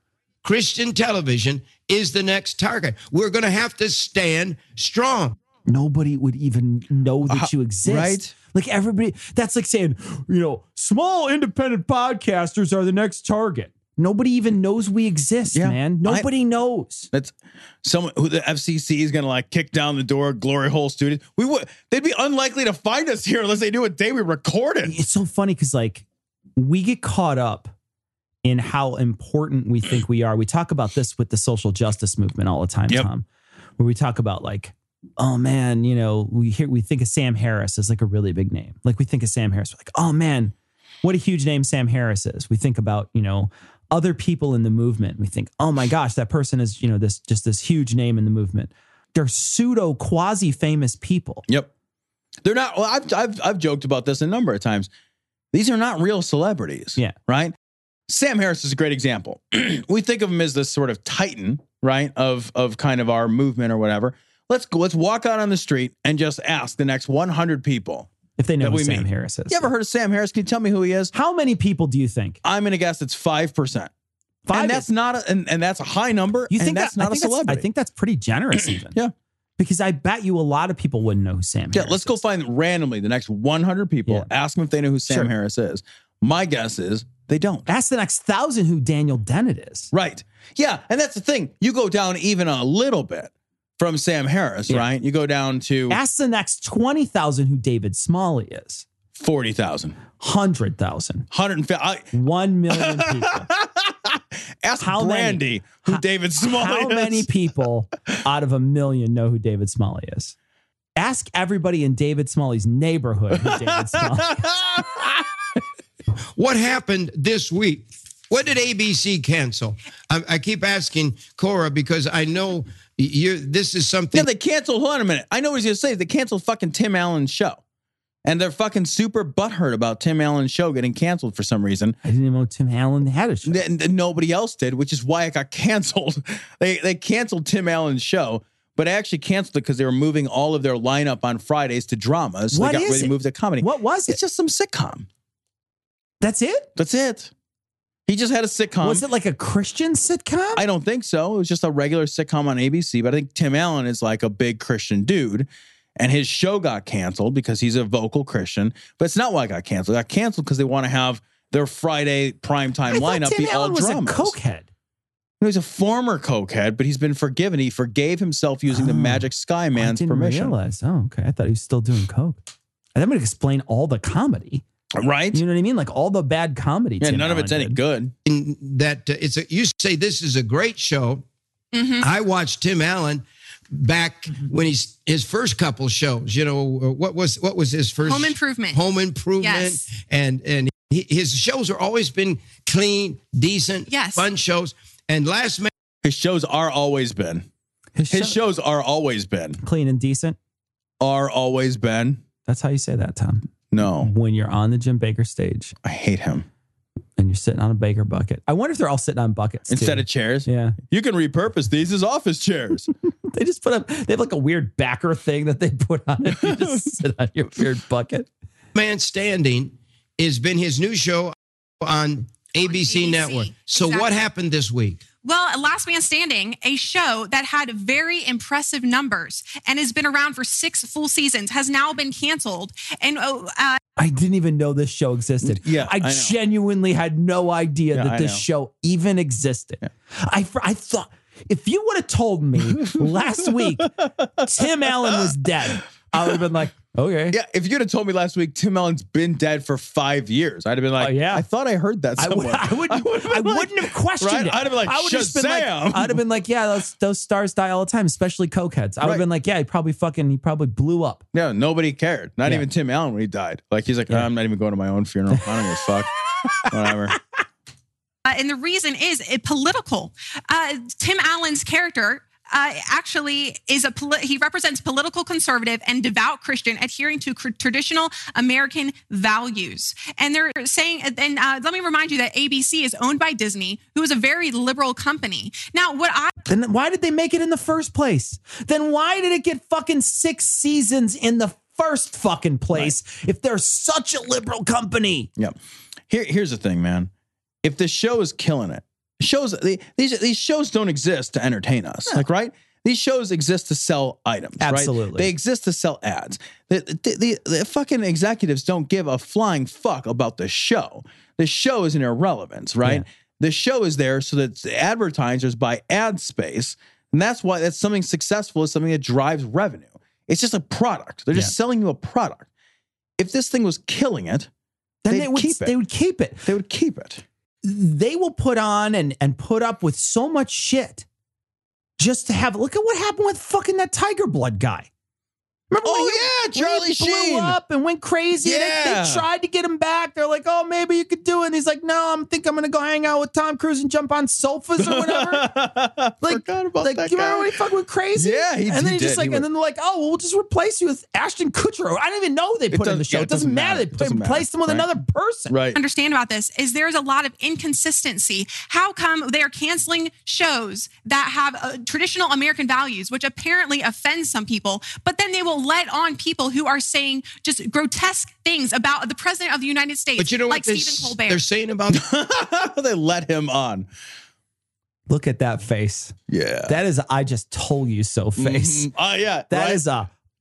Christian television is the next target. We're going to have to stand strong. Nobody would even know that Uh, you exist. right. Like everybody, that's like saying, you know, small independent podcasters are the next target. Nobody even knows we exist, Yeah. I- man. Nobody knows. That's someone who the FCC is going to like kick down the door. Glory hole students. We would they'd be unlikely to find us here unless they knew what day we recorded. It's so funny because like we get caught up in how important we think we are. We talk about this with the social justice movement all the time, Yep. Tom, where we talk about like, oh man, you know, we hear we think of Sam Harris as like a really big name. Like we think of Sam Harris, we're like, oh man, what a huge name Sam Harris is. We think about, you know, other people in the movement. We think, oh my gosh, that person is, you know, this just this huge name in the movement. They're pseudo quasi famous people. Yep, they're not. Well, I've I've I've joked about this a number of times. These are not real celebrities. Yeah. right. Sam Harris is a great example. we think of him as this sort of titan, right? Of of kind of our movement or whatever. Let's go. Let's walk out on the street and just ask the next 100 people if they know that who we Sam meet. Harris is. You ever heard of Sam Harris? Can you tell me who he is? How many people do you think? I'm gonna guess it's five percent. Five and that's not a, and, and that's a high number. You and think that's that- I not a think celebrity? I think that's pretty generous, even. Yeah. Because I bet you a lot of people wouldn't know who Sam Yeah, Harris let's go find randomly the next 100 people, ask them if they know who Sam Sure. Harris is. My guess is they don't. Ask the next thousand who Daniel Dennett is. Right. Yeah. And that's the thing. You go down even a little bit from Sam Harris, right? You go down to Ask the next 20,000 who David Smalley is. 40,000. 100,000. 150. I- 1 million people. Ask How many? Brandy who David Smalley How is. many people out of a million know who David Smalley is? Ask everybody in David Smalley's neighborhood who David Smalley What happened this week? What did ABC cancel? I, I keep asking Cora because I know you. This is Yeah, something. they canceled. Hold on a minute. I know what he's going to say. They canceled fucking Tim Allen's show. And they're fucking super butthurt about Tim Allen's show getting canceled for some reason. I didn't even know Tim Allen had a show. that, that nobody else did, which is why it got canceled. They they canceled Tim Allen's show, but I actually canceled it because they were moving all of their lineup on Fridays to dramas. So What they got is ready to it? move to comedy. What was it? It's just some sitcom. That's it? That's it. He just had a sitcom. was it like a Christian sitcom? I don't think so. It was just a regular sitcom on ABC, but I think Tim Allen is like a big Christian dude. And his show got canceled because he's a vocal Christian. But it's not why it got canceled. It got canceled because they want to have their Friday primetime I thought lineup Tim be Allen all was dramas. a cokehead. No, he's a former cokehead, but he's been forgiven. He forgave himself using the Oh. Magic Sky I Man's didn't permission. realize. Oh, okay. I thought he was still doing coke. And that would explain all the comedy. Right? You know what I mean? Like all the bad comedy. yeah, Tim none of Allen it's any did. good. in that uh, it's a, you say this is a great show. I watched Tim Allen back when he's his first couple shows. You know uh, what was what was his first Home Improvement. Home Improvement, Yes. and and he, his shows are always been clean, decent, Yes. fun shows. And last man, His shows are always been. His, His show, shows are always been. clean and decent. Are always been. That's how you say that, Tom. No, When you're on the Jim Baker stage I hate him. and you're sitting on a Baker bucket. I wonder if they're all sitting on buckets too. Instead of chairs, yeah, you can repurpose these as office chairs. they just put up. They have like a weird backer thing that they put on it. You just sit on your weird bucket. man standing has been his new show on ABC, ABC, Network. So what exactly. happened this week? Well, Last Man Standing, a show that had very impressive numbers and has been around for six full seasons, has now been canceled. And oh, uh, I didn't even know this show existed. Mm, Yeah, I, I know. genuinely had no idea Yeah, that I this know. show even existed. I fr- I thought if you would have told me last week Tim Allen was dead, I would have been like, okay, yeah, if you'd have told me last week Tim Allen's been dead for five years, I'd have been like, Oh, yeah. I thought I heard that I, would, somewhere. I, wouldn't, I, would would've been like- not have questioned Right? it. I'd have been like, I would've just been like- "Shazam!" I'd have been like, yeah, those, those stars die all the time, especially cokeheads. I would have Right. been like, yeah, he probably fucking, he probably blew up. Yeah, nobody cared. Not Yeah. even Tim Allen when he died. Like he's like, Yeah. I'm not even going to my own funeral. I don't give a fuck. Whatever. Uh, and the reason is it political. Uh, Tim Allen's character. Uh, actually is a poli- he represents political conservative and devout christian adhering to cr- traditional american values and they're saying and uh, let me remind you that abc is owned by disney who is a very liberal company now what i Then why did they make it in the first place? Then why did it get fucking six seasons in the first fucking place if they're such a liberal company? Yeah. Here, here's the thing, man. If the show is killing it, shows they, these these shows don't exist to entertain us, like right. These shows exist to sell items, right? Absolutely. They exist to sell ads. The, the, the, the fucking executives don't give a flying fuck about the show. The show is an irrelevance, right? The show is there so that the advertisers buy ad space, and that's why that's something successful is something that drives revenue. It's just a product. They're just Yeah. selling you a product. If this thing was killing it, Then They'd they would keep it. they would keep it. they would keep it. They will put on and and put up with so much shit just to have. Look at what happened with fucking that tiger blood guy. Remember when oh he- yeah, when Charlie he Sheen. blew up and went crazy. They- They, Yeah. tried to get him back. They're like, "Oh, maybe you could do it." And he's like, "No, I'm think I'm gonna go hang out with Tom Cruise and jump on sofas or whatever." like, like that you remember guy. when he fucking went crazy? Yeah, he- and then he just did. like, He and went- then they're like, "Oh, well, we'll just replace you with Ashton Kutcher." I didn't even know they put him in the doesn't- show. yeah, it doesn't matter. They It doesn't matter, replaced him with right. another person. Right. understand about this is there's a lot of inconsistency. How come they are canceling shows that have uh, traditional American values, which apparently offends some people, but then they will let on people who are saying just grotesque things about the president of the United States, But you know like what they, Stephen s- Colbert. they're saying about they let him on. Look at that face. Yeah. That is, a I just told you so face. Mhm. Oh yeah. That right?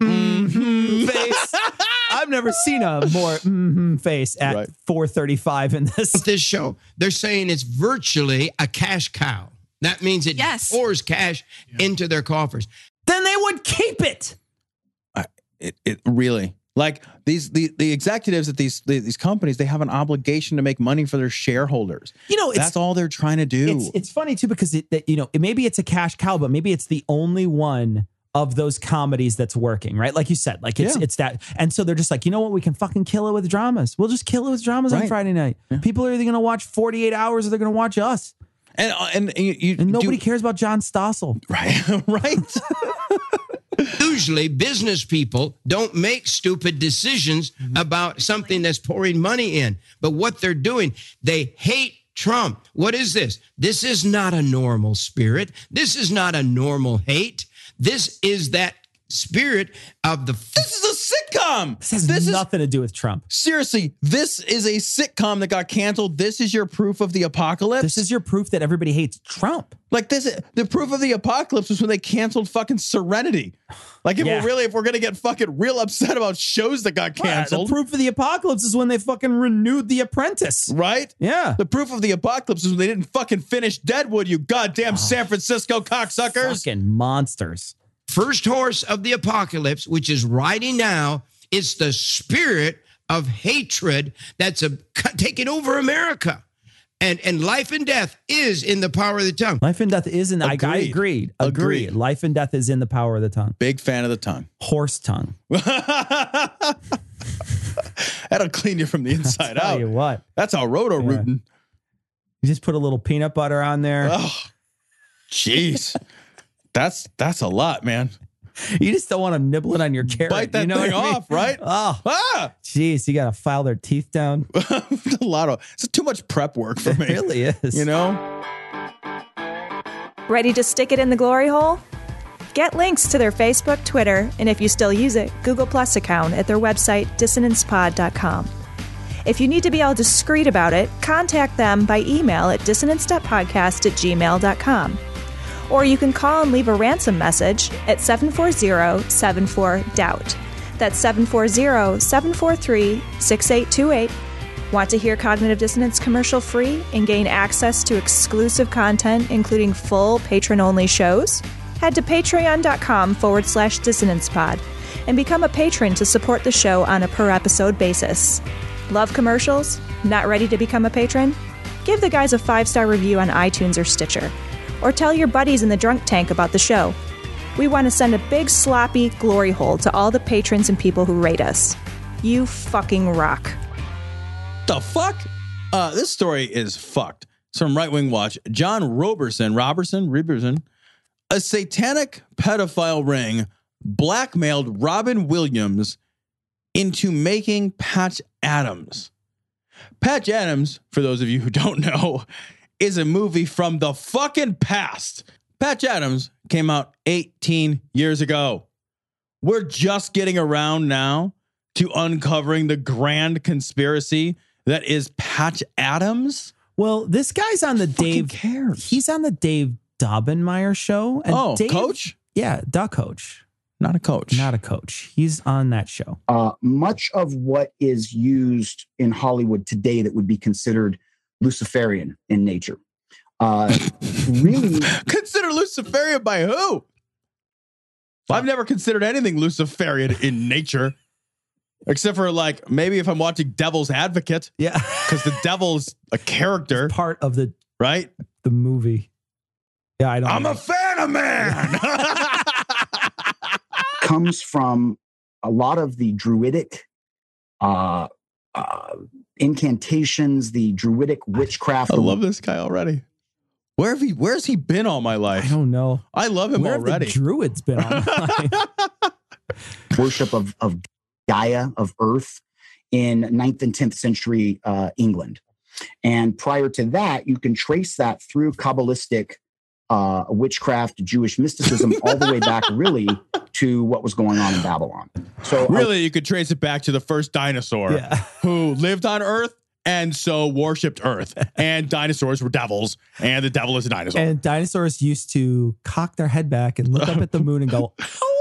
Mm-hmm. is a mhm face. I've never seen a more mhm face at 4:35 in this. this show? They're saying it's virtually a cash cow. That means it pours cash into their coffers. Then they would keep it. it, it really like these the, the executives at these the- these companies they have an obligation to make money for their shareholders You know, it's- that's all they're trying to do It's it's funny too because it that you know it, maybe it's a cash cow, but maybe it's the only one of those comedies that's working, right? Like you said, like it's Yeah. it's that, and so they're just like, you know what, we can fucking kill it with dramas. We'll just kill it with dramas on Right. Friday night. People are either gonna watch 48 hours or they're gonna watch us, and and, and you, you and nobody do, cares about John Stossel. right right Usually, business people don't make stupid decisions Mm-hmm. about something that's pouring money in. But what they're doing, they hate Trump. What is this? This is not a normal spirit. This is not a normal hate. This is that spirit of the. this is a sitcom This has nothing to do with Trump. seriously this is a sitcom that got canceled this is your proof of the apocalypse This is your proof that everybody hates Trump. like this the proof of the apocalypse was when they canceled fucking serenity like if Yeah. we're really if we're gonna get fucking real upset about shows that got canceled The proof of the apocalypse is when they fucking renewed The Apprentice. right Yeah. The proof of the apocalypse is when they didn't fucking finish Deadwood, you Oh, goddamn San Francisco cocksuckers. Fucking monsters. first horse of the apocalypse, which is riding now, it's the spirit of hatred that's a, taking over America. And, and life and death is in the power of the tongue. Life and death is in. I, I Agreed. agreed. Agreed. Agreed. Life and death is in the power of the tongue. Big fan of the tongue. Horse tongue. That'll clean you from the inside Tell out. you what, That's how roto rooting. you just put a little peanut butter on there. Oh, jeez. That's that's a lot, man. You just don't want them nibbling on your carrot. Bite that you know thing what I mean? off, right? Oh, Ah, jeez, you gotta file their teeth down. It's a lot of it's too much prep work for me. It really is. You know, Ready to stick it in the glory hole? Get links to their Facebook, Twitter, and if you still use it, Google Plus account at their website, dissonancepod.com. If you need to be all discreet about it, contact them by email at dissonance.podcast at gmail.com. Or you can call and leave a ransom message at 740 74 Doubt. That's 740 743 6828. Want to hear Cognitive Dissonance commercial free and gain access to exclusive content, including full patron only shows? Head to patreon.com forward slash dissonance pod and become a patron to support the show on a per episode basis. Love commercials? Not ready to become a patron? Give the guys a five star review on iTunes or Stitcher, or tell your buddies in the drunk tank about the show. We want to send a big sloppy glory hole to all the patrons and people who rate us. You fucking rock. the fuck. Uh, this story is fucked. It's from Right Wing Watch. John Roberson, Robertson, Robertson, a satanic pedophile ring blackmailed Robin Williams into making Patch Adams. Patch Adams, for those of you who don't know, is a movie from the fucking past. Patch Adams came out 18 years ago. We're just getting around now to uncovering the grand conspiracy that is Patch Adams. Well, this guy's on the Fucking Dave. cares? He's on the Dave Dobbenmeyer show. And oh, Dave- coach? Yeah, duck coach, Not a coach. not a coach. He's on that show. uh, much of what is used in Hollywood today that would be considered Luciferian in nature. Uh, really, Consider Luciferian by who? I've never considered anything Luciferian in nature, except for like maybe if I'm watching Devil's Advocate, Yeah, because the devil's a character, part of the right? the movie. Yeah, I don't. I'm know. a fan of man. comes from a lot of the druidic uh, uh, incantations, the druidic witchcraft. I love this guy already. Where have he? Where's he been all my life? I don't know. I love him Where have the already. druids been all worship of, of Gaia, of Earth, in 9th and 10th century uh, England. And prior to that, you can trace that through Kabbalistic uh, witchcraft, Jewish mysticism, all the way back really to what was going on in Babylon. So I- really, you could trace it back to the first dinosaur who lived on Earth and so worshipped Earth. And dinosaurs were devils, and the devil is a dinosaur. And dinosaurs used to cock their head back and look up at the moon and go, "Oh."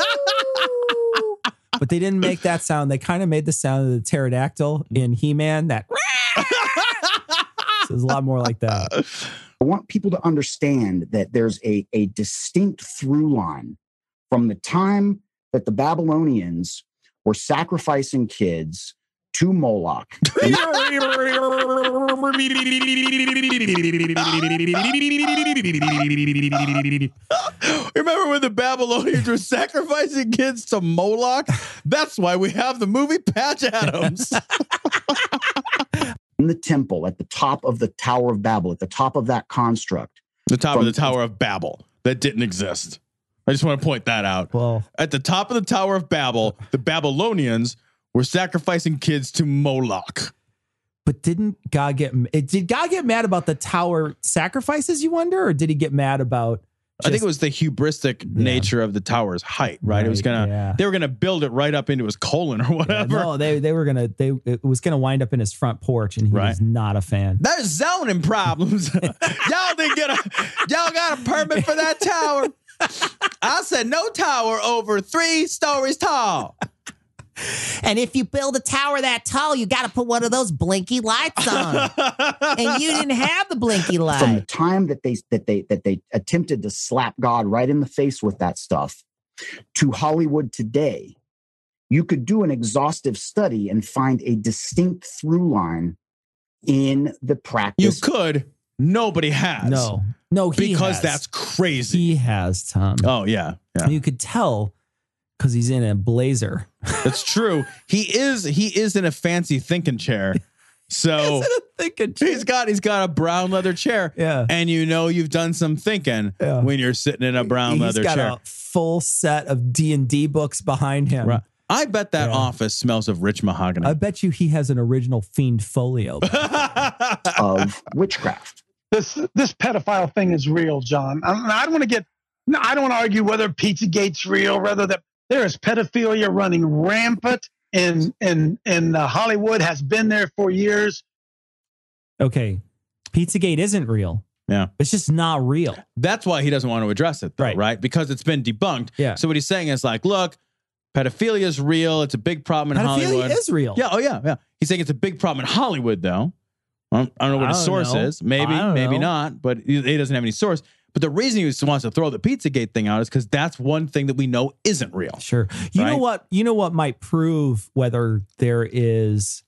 "Ow." but they didn't make that sound. They kind of made the sound of the pterodactyl in He Man. That so it's a lot more like that. I want people to understand that there's a, a distinct through line from the time that the Babylonians were sacrificing kids to Moloch. Remember when the Babylonians were sacrificing kids to Moloch? That's why we have the movie Patch Adams. in the temple at the top of the Tower of Babel, at the top of that construct. The top of the Tower of Babel that didn't exist. I just want to point that out. Well, at the top of the Tower of Babel, the Babylonians were sacrificing kids to Moloch. But didn't God get it? Did God get mad about the tower sacrifices? You wonder, or did he get mad about? I think it was the hubristic nature of the tower's height, right? it was Right, gonna yeah. they were gonna build it right up into his colon or whatever. no, they they were gonna they it was gonna wind up in his front porch, and he was not a fan. There's zoning problems. y'all didn't get a y'all got a permit for that tower. I said no tower over three stories tall. And if you build a tower that tall, you got to put one of those blinky lights on. and you didn't have the blinky From the light. time that they that they that they attempted to slap God right in the face with that stuff to Hollywood today, you could do an exhaustive study and find a distinct through line in the You practice. could. Nobody has. No. No, he because has. that's crazy. He has Tom. Oh yeah, yeah. You could tell because he's in a blazer. That's true. He is he is in a fancy thinking chair. So he's got he's got a brown leather chair. Yeah. And you know you've done some thinking when you're sitting in a brown He's leather got chair. a full set of D and D books behind him. Right. I bet that office smells of rich mahogany. I bet you he has an original fiend folio. of witchcraft. This this pedophile thing is real, John. I, I don't want to get. No, I don't want to argue whether PizzaGate's real, whether that there is pedophilia running rampant in in in uh, Hollywood has been there for years. Okay, Pizzagate isn't real. Yeah. It's just not real. That's why he doesn't want to address it, though, right? Because it's been debunked. Yeah. So what he's saying is like, look, pedophilia is real. It's a big problem in Pedophilia Hollywood. is real. Yeah. Oh yeah. Yeah. He's saying it's a big problem in Hollywood, though. I don't, I don't know what I his don't source know. is. Maybe, I don't maybe know. not. But he, he doesn't have any source. But the reason he just wants to throw the PizzaGate thing out is because that's one thing that we know isn't real. Sure. You know Right? what? You know what might prove whether there is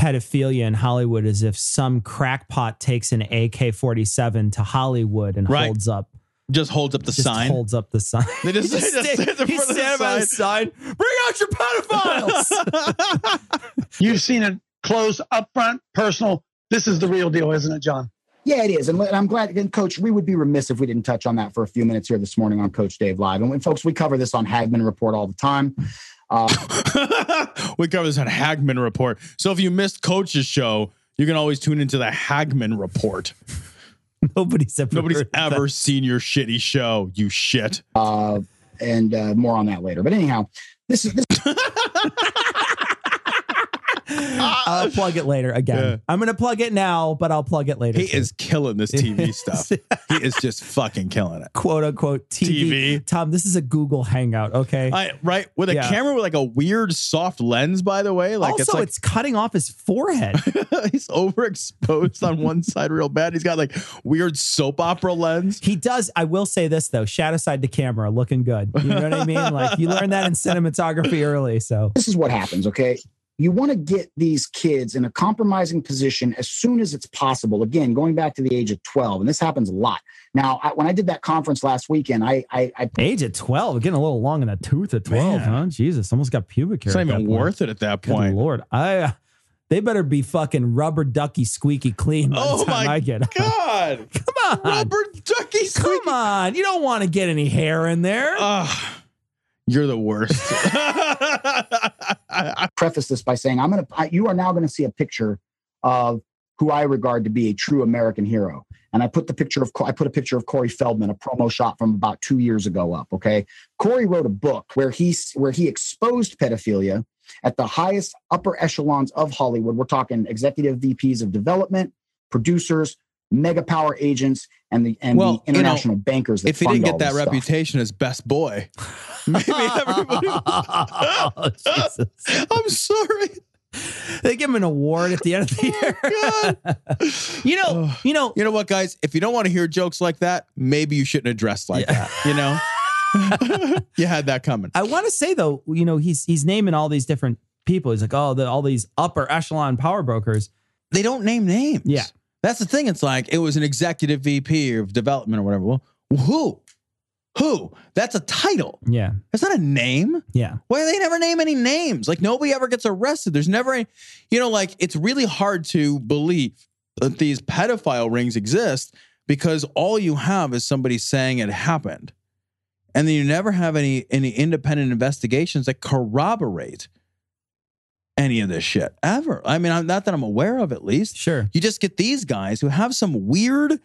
pedophilia in Hollywood is if some crackpot takes an AK forty seven to Hollywood and Right. holds up Just holds up the just sign. holds up the sign. They just, they just stand in He front of the stand by the sign. Bring out your pedophiles. You've seen it close, upfront, personal. This is the real deal, isn't it, John? Yeah, it is. And I'm glad, and Coach, we would be remiss if we didn't touch on that for a few minutes here this morning on Coach Dave Live. And when, folks, we cover this on Hagman Report all the time. Uh, we cover this on Hagman Report. So if you missed Coach's show, you can always tune into the Hagman Report. Nobody's ever Nobody's heard of ever seen your shitty show, you shit. uh, and uh, more on that later. But anyhow, this is this. I'll plug it later again. Ah! Yeah. I'm gonna plug it now, but I'll plug it later. He is killing this TV stuff. He is just fucking killing it. quote unquote TV. Tom, this is a Google Hangout, okay? I, right? With a Yeah. camera with like a weird soft lens, by the way. Like also, it's it's, like cutting off his forehead. he's overexposed on one side real bad. He's got like weird soap opera lens. He does. I will say this though: shadow side to camera, looking good. You know what I mean? Like you learned that in cinematography early. So this is what happens, okay? you want to get these kids in a compromising position as soon as it's possible. Again, going back to the age of 12, and this happens a lot. Now, I, when I did that conference last weekend, I, I, I Age at 12, getting a little long in the tooth at 12, huh? Jesus, almost got pubic hair. It's not at that even point. worth it at that Good point. Lord, I uh, they better be fucking rubber ducky squeaky clean. by the Oh time my I get God. Come on. Rubber ducky squeaky. Come on. You don't want to get any hair in there. You're the worst. I preface this by saying I'm going to you are now going to see a picture of who I regard to be a true American hero. And I put the picture of Co- I put a picture of Corey Feldman, a promo shot from about 2 years ago up, okay? Corey wrote a book where he s- where he exposed pedophilia at the highest upper echelons of Hollywood. We're talking executive VPs of development, producers, mega power agents and the and Well, the you know, international bankers that if he fund didn't get all that this stuff. reputation as best boy, maybe everybody. I'm sorry. Oh, They give him an award at the end of the year. you know, you know, you know what, guys? If you don't want to hear jokes like that, maybe you shouldn't have dressed like that. You know, you had that coming. I want to say though, you know, he's he's naming all these different people. He's like, oh, the, all these upper echelon power brokers. They don't name names. Yeah, that's the thing. It's like it was an executive VP of development or whatever. Well, who? Who? That's a title. Yeah. That's not a name. Yeah. Why they never name any names? Like nobody ever gets arrested. There's never any, you know, like it's really hard to believe that these pedophile rings exist because all you have is somebody saying it happened. And then you never have any any independent investigations that corroborate any of this shit ever. I mean, I'm not that I'm aware of at least. Sure. You just get these guys who have some weird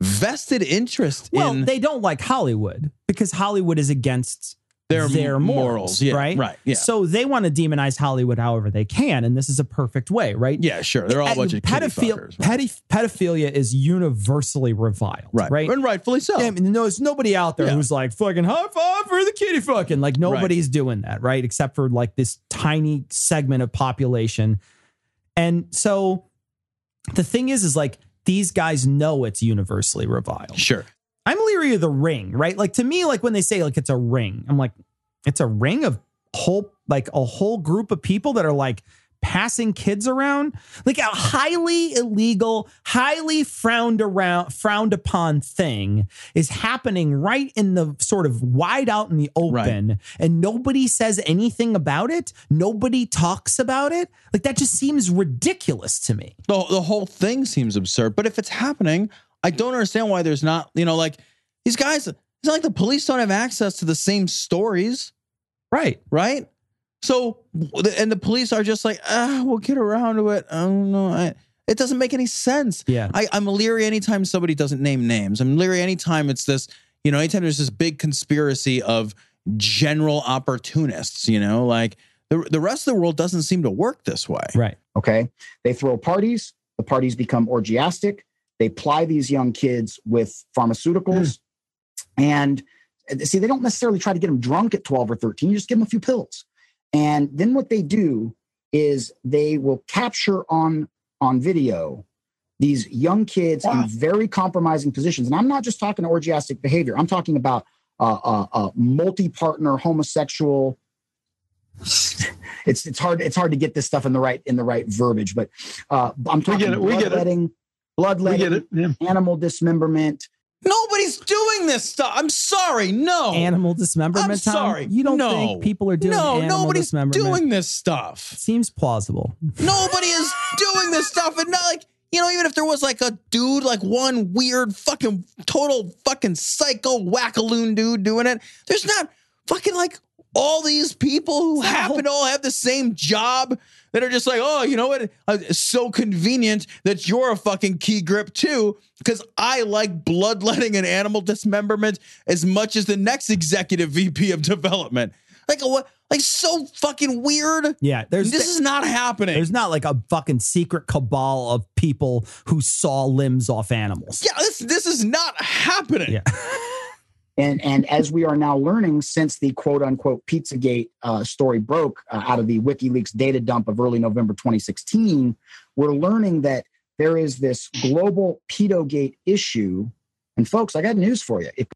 vested interest Well, in they don't like Hollywood because Hollywood is against Their their, m- morals, morals, yeah, right? right, yeah. So they want to demonize Hollywood however they can, and this is a perfect way, right? Yeah, sure. They're all a And bunch of kitty fuckers, pedi- pedophilia is universally reviled, right? And rightfully so. I mean, there's nobody out there who's like fucking high five for the kitty fucking. Like nobody's doing that, right? Except for like this tiny segment of population. And so the thing is, is like these guys know it's universally reviled. Sure. I'm leery of the ring, right? Like to me, like when they say like it's a ring, I'm like, it's a ring of whole like a whole group of people that are like passing kids around, like a highly illegal, highly frowned around, frowned upon thing is happening right in the sort of wide out in the open, and nobody says anything about it. Nobody talks about it. Like that just seems ridiculous to me. the, the whole thing seems absurd. But if it's happening, I don't understand why there's not, you know, like these guys, it's not like the police don't have access to the same stories. Right. Right. So, and the police are just like, ah, we'll get around to it. I don't know. I, it doesn't make any sense. Yeah. I, I'm leery anytime somebody doesn't name names. I'm leery anytime it's this, you know, anytime there's this big conspiracy of general opportunists, you know, like the, the rest of the world doesn't seem to work this way. Right. Okay. They throw parties. The parties become orgiastic. They ply these young kids with pharmaceuticals. And uh, see, they don't necessarily try to get them drunk at 12 or 13. You just give them a few pills. And then what they do is they will capture on on video these young kids in very compromising positions. And I'm not just talking orgiastic behavior. I'm talking about uh, uh, uh, multi-partner homosexual it's it's hard it's hard to get this stuff in the right in the right verbiage, but uh, I'm talking get it, we get it. bloodletting, bloodletting, animal dismemberment. Nobody's doing this stuff. I'm sorry. No. Animal dismemberment. I'm Tom? sorry. You don't No. think people are doing No, animal nobody's dismemberment? doing this stuff. Seems plausible. Nobody is doing this stuff. And not like, you know, even if there was like a dude, like one weird fucking total fucking psycho wackaloon dude doing it, there's not fucking like all these people who happen to all have the same job that are just like, oh, you know what? Uh, It's so convenient that you're a fucking key grip too, because I like bloodletting and animal dismemberment as much as the next executive VP of development. Like, what? Like, so fucking weird. Yeah, there's this is not happening. There's not like a fucking secret cabal of people who saw limbs off animals. Yeah, this this is not happening. And and as we are now learning since the quote unquote Pizzagate uh, story broke uh, out of the WikiLeaks data dump of early November 2016, we're learning that there is this global pedogate issue. And folks, I got news for you. It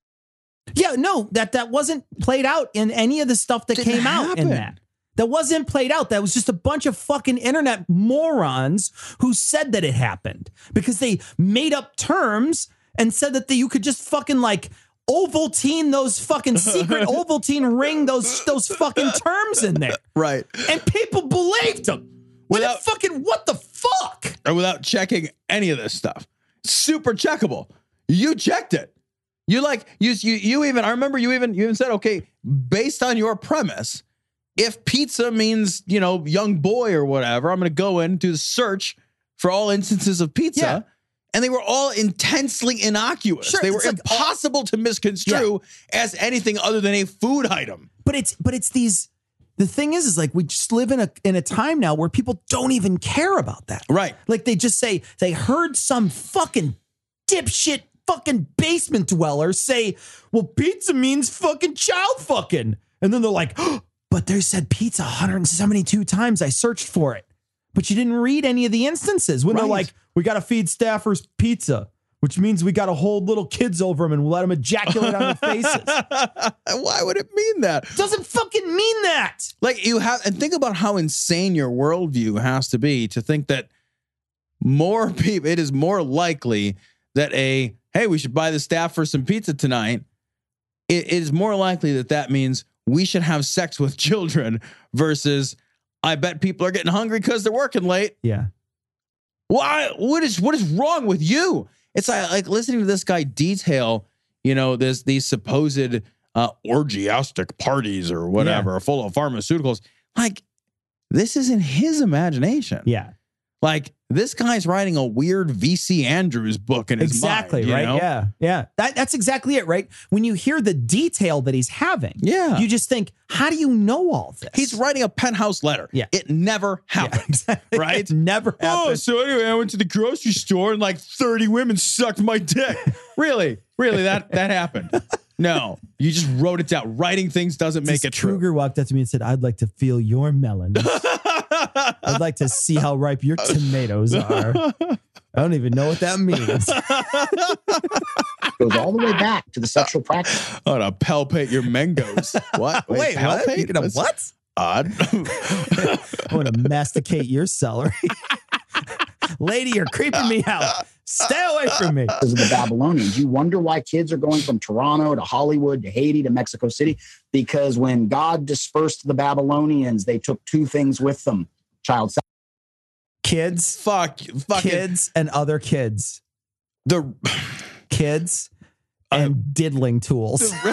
Yeah, no, that that wasn't played out in any of the stuff that came out in happen. that. that wasn't played out. That was just a bunch of fucking internet morons who said that it happened because they made up terms and said that the, you could just fucking like Ovaltine those fucking secret Ovaltine ring those those fucking terms in there. Right. And people believed them. Without fucking what the fuck? And without checking any of this stuff. Super checkable. You checked it. You like you you you even I remember you even you even said okay based on your premise if pizza means you know young boy or whatever I'm going to go in do the search for all instances of pizza and they were all intensely innocuous Sure, they were it's like- impossible to misconstrue as anything other than a food item But it's but it's these the thing is is like we just live in a in a time now where people don't even care about that. Right. Like they just say they heard some fucking dipshit fucking basement dweller say, "Well, pizza means fucking child fucking." And then they're like, "Oh, "But they said pizza 172 times I searched for it." But you didn't read any of the instances when they're like, "We got to feed staffers pizza." Which means we got to hold little kids over them and let them ejaculate on their faces. Why would it mean that? Doesn't fucking mean that. Like you have, and think about how insane your worldview has to be to think that more people, it is more likely that a, hey, we should buy the staff for some pizza tonight. It is more likely that that means we should have sex with children versus I bet people are getting hungry because they're working late. Yeah. Why? What is what is wrong with you? It's like, like listening to this guy detail, you know, this these supposed uh, orgiastic parties or whatever, full of pharmaceuticals. Like this is in his imagination. Yeah. Like this guy's writing a weird VC Andrews book in his exactly mind, you right know? yeah yeah that, that's exactly it right when you hear the detail that he's having Yeah. you just think how do you know all this He's writing a penthouse letter. Yeah. It never happened. Right? never happened. Oh, so anyway, I went to the grocery store and like 30 women sucked my dick. really? Really? That that happened. No. You just wrote it down. Writing things doesn't make it true. Kruger walked up to me and said, I'd like to feel your melon. I'd like to see how ripe your tomatoes are. I don't even know what that means. goes all the way back to the sexual practice. Oh, to palpate your mangoes. What? Wait, what? You gonna That's what? Odd. I want to masticate your celery. Lady, you're creeping me out. Stay away from me. Because of the Babylonians. You wonder why kids are going from Toronto to Hollywood to Haiti to Mexico City. Because when God dispersed the Babylonians, they took two things with them child sex. Kids. Fuck. Fucking. Kids and other kids. The kids and diddling tools.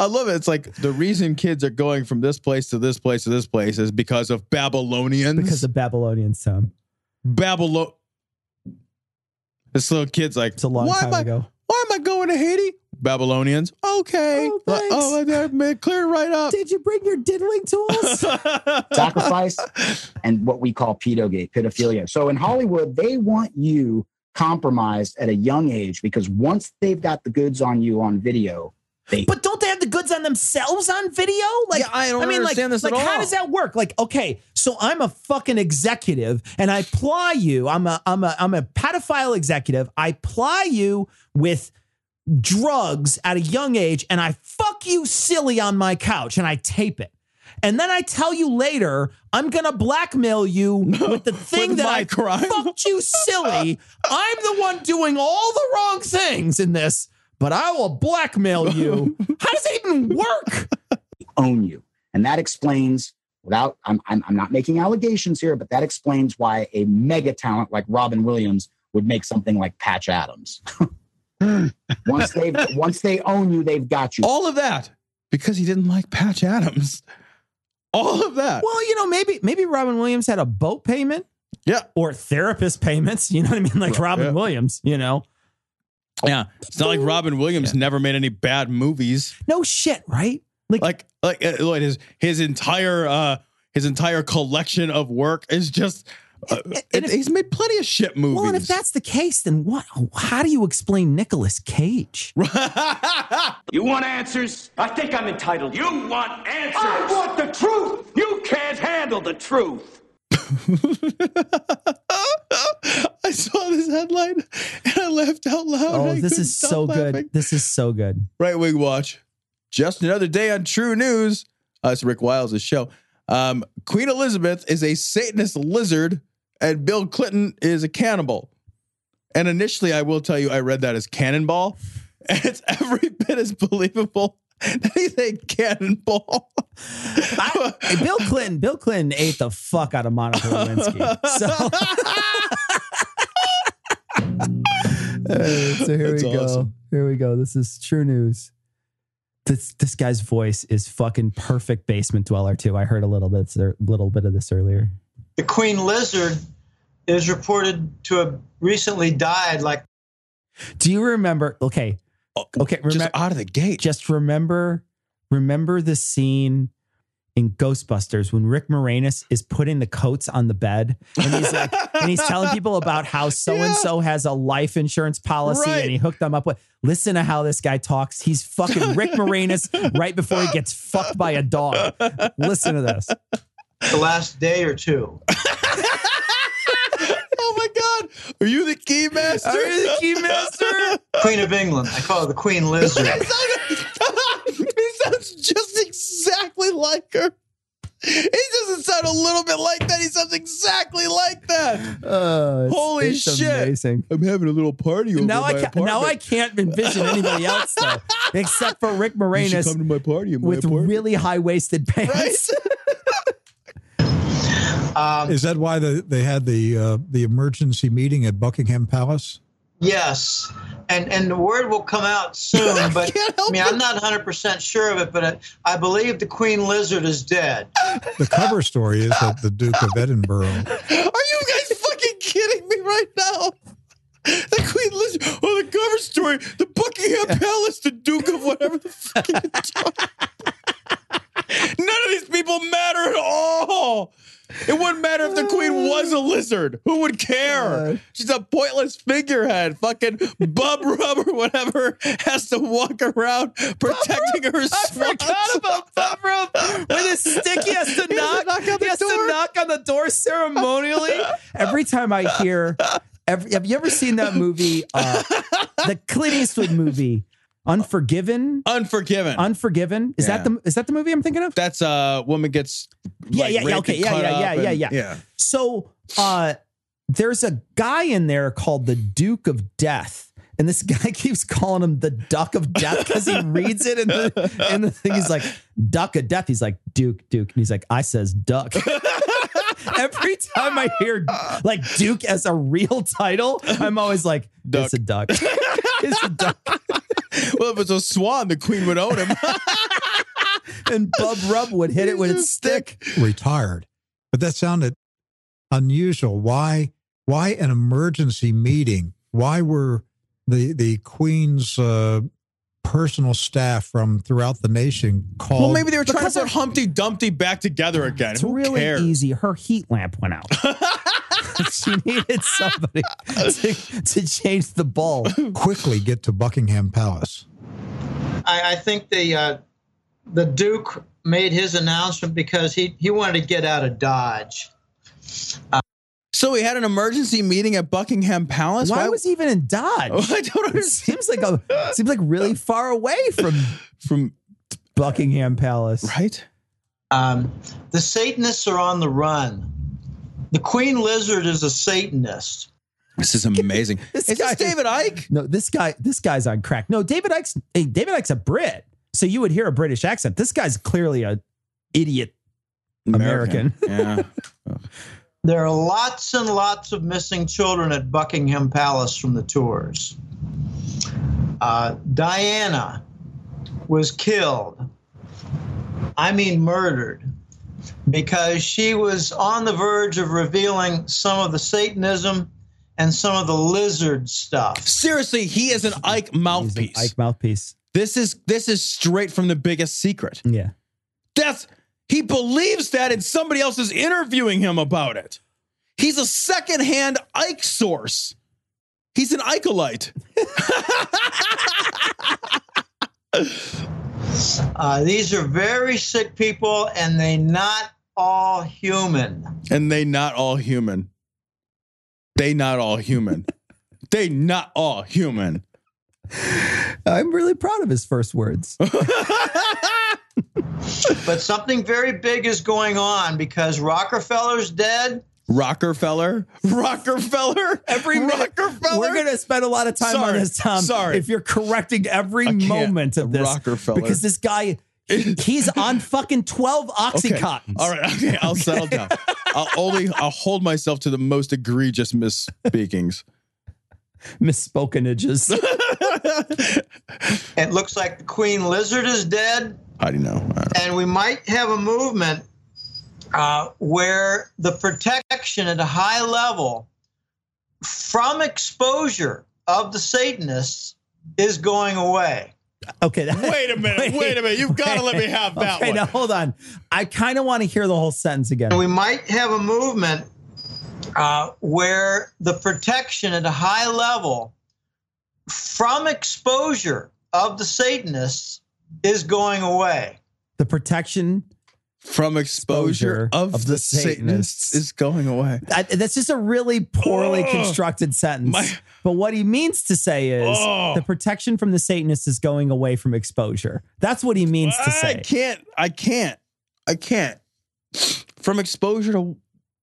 I love it. It's like the reason kids are going from this place to this place to this place is because of Babylonians. Because of Babylonians, Tom. Babylon. This little kid's like, It's a long why time am I, ago. Why am I going to Haiti? Babylonians. Okay. Oh, oh that made clear right up. Did you bring your diddling tools? sacrifice and what we call pedogate, pedophilia. So in Hollywood, they want you compromised at a young age because once they've got the goods on you on video, they But don't they have the goods on themselves on video? Like Yeah, I don't like, understand this at like how all. does that work? Like, okay, so I'm a fucking executive and I ply you. I'm a I'm a I'm a pedophile executive. I ply you with drugs at a young age and I fuck you silly on my couch and I tape it. And then I tell you later, I'm gonna blackmail you with the thing that my I crime. fucked you silly. I'm the one doing all the wrong things in this, but I will blackmail you. How does that even work? own you. And that explains, without, I'm, I'm, I'm not making allegations here, but that explains why a mega talent like Robin Williams would make something like Patch Adams. once they once they own you, they've got you. All of that because he didn't like Patch Adams. All of that. Well, you know, maybe maybe Robin Williams had a boat payment. Yeah. Or therapist payments. You know what I mean? Like Robin Williams, you know. Yeah. It's not like Robin Williams never made any bad movies. No shit, right? Like like like uh, Lloyd, his his entire uh his entire collection of work is just uh, he's made plenty of shit movies. Well, and if that's the case, then what how do you explain Nicolas Cage? You want answers? I think I'm entitled. You want answers? I want the truth. You can't handle the truth. I saw this headline and I laughed out loud. Oh, I this couldn't is stop so laughing. good. This is so good. Right wing watch. Just another day on True News. Uh, it's Rick Wiles' show. Um, Queen Elizabeth is a Satanist lizard, and Bill Clinton is a cannibal. And initially, I will tell you, I read that as cannonball, and it's every bit as believable that he's a cannonball. Hey, Bill Clinton, Bill Clinton ate the fuck out of Monica Lewinsky. So Alright, so here That's we go. awesome. Here we go. This is true news. This this guy's voice is fucking perfect basement dweller too. I heard a little bit a little bit of this earlier. The queen lizard is reported to have recently died like Do you remember? Okay, okay. Remember, just Oh, out of the gate. Just remember, remember the scene in Ghostbusters when Rick Moranis is putting the coats on the bed and he's like, and he's telling people about how so and so has a life insurance policy Right. and he hooked them up with. Listen to how this guy talks. He's fucking Rick Moranis right before he gets fucked by a dog. Listen to this. the last day or two. oh my God. Are you the key master? Are you the key master? Queen of England. I call her the Queen Lizard. he sounds just exactly like her. He doesn't sound a little bit like that. He sounds exactly like that. Uh, Holy shit. I'm having a little party over Now my I can't, now I apartment. can't envision anybody else though, except for Rick You should Moranis come to my party in my with apartment. really high waisted pants. Um, Is that why the, they had the uh, the emergency meeting at Buckingham Palace? Yes, and and the word will come out soon. But I, mean, I'm not 100 percent sure of it, but I, I believe the Queen Lizard is dead. The cover story is that the Duke of Edinburgh. Are you guys fucking kidding me right now? The Queen Elizabeth, or the cover story, the Buckingham Palace, the Duke of whatever the fuck. you're talking- None of these people matter at all. It wouldn't matter if the Queen was a lizard. Who would care? She's a pointless figurehead. Fucking bub rub or whatever has to walk around protecting her. I forgot about bub rub with his stick. He has to knock. he has to knock on the door ceremonially. Every time I hear, every, have you ever seen that movie, uh, the Clint Eastwood movie, Unforgiven? Unforgiven. Unforgiven. Is that Yeah. the is that the movie I'm thinking of? That's a uh, woman gets yeah, like, yeah, yeah, raped okay, and yeah, yeah, cut yeah, up yeah, and- yeah, yeah. So uh, there's a guy in there called the Duke of Death, and this guy keeps calling him the Duck of Death because he reads it in the in the thing. He's like Duck of Death. He's like Duke, Duke, and he's like I says Duck. Every time I hear like Duke as a real title, I'm always like, it's a duck. it's a duck. well, if it's a swan, the queen would own him. and Bub Rub would hit it with its stick. Retired, but that sounded unusual. Why? Why an emergency meeting? Why were the the Queen's uh, personal staff from throughout the nation called? Well, maybe they were trying to put Humpty Dumpty back together again. It's Who really cares? easy. Her heat lamp went out. she needed somebody to, to change the bulb. quickly get to Buckingham Palace. I, I think the uh, the Duke made his announcement because he he wanted to get out of Dodge. So we had an emergency meeting at Buckingham Palace. Why was he even in Dodge? I don't understand. Seems like a seems like really far away from from Buckingham Palace, right? Um, the Satanists are on the run. The Queen Lizard is a Satanist. This is amazing. This is this David Icke? No, this guy this guy's on crack. No, David Icke's hey, David Icke's a Brit, so you would hear a British accent. This guy's clearly a idiot American. Yeah. There are lots and lots of missing children at Buckingham Palace from the tours. Uh, Diana was killed, I mean, murdered, because she was on the verge of revealing some of the Satanism and some of the lizard stuff. Seriously, he is an Ike mouthpiece. Ike mouthpiece. This is this is straight from the biggest secret. Yeah. That's he believes that and somebody else is interviewing him about it. He's a secondhand Ike source. He's an Icolite. Uh, these are very sick people, and they not all human. And they not all human. They not all human. they not all human. I'm really proud of his first words. but something very big is going on because Rockefeller's dead. Rockefeller, Rockefeller, every Rockefeller. We're going to spend a lot of time on Sorry, this, Tom. sorry. If you're correcting every can't. moment of this, Rockefeller. because this guy, he- he's on fucking 12 Oxycontins. All right. Okay. I'll settle down. I'll only I'll hold myself to the most egregious misspeakings. Misspokenages. It looks like the Queen Lizard is dead. How do you know? And we might have a movement uh, where the protection at a high level from exposure of the Satanists is going away. Okay. Wait a minute. Wait a minute. You've gotta let me have that okay, one. now hold on. I kind of want to hear the whole sentence again. And we might have a movement uh, where the protection at a high level from exposure of the Satanists is going away. the protection from exposure, of, the, Satanists. is going away. I, that's just a really poorly Ugh. constructed sentence. My- but Oh. what he means to say is Ugh. the protection from the Satanists is going away from exposure. That's what he means to say. I can't. I can't. I can't. From exposure to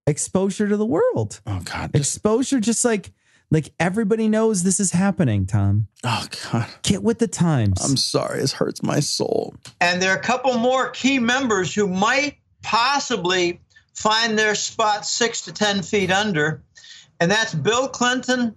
exposure to the world. Oh God. Exposure just like like everybody knows this is happening, Tom. Oh God. Get with the times. I'm sorry, this hurts my soul. And there are a couple more key members who might possibly find their spot six to 10 feet under, and that's Bill Clinton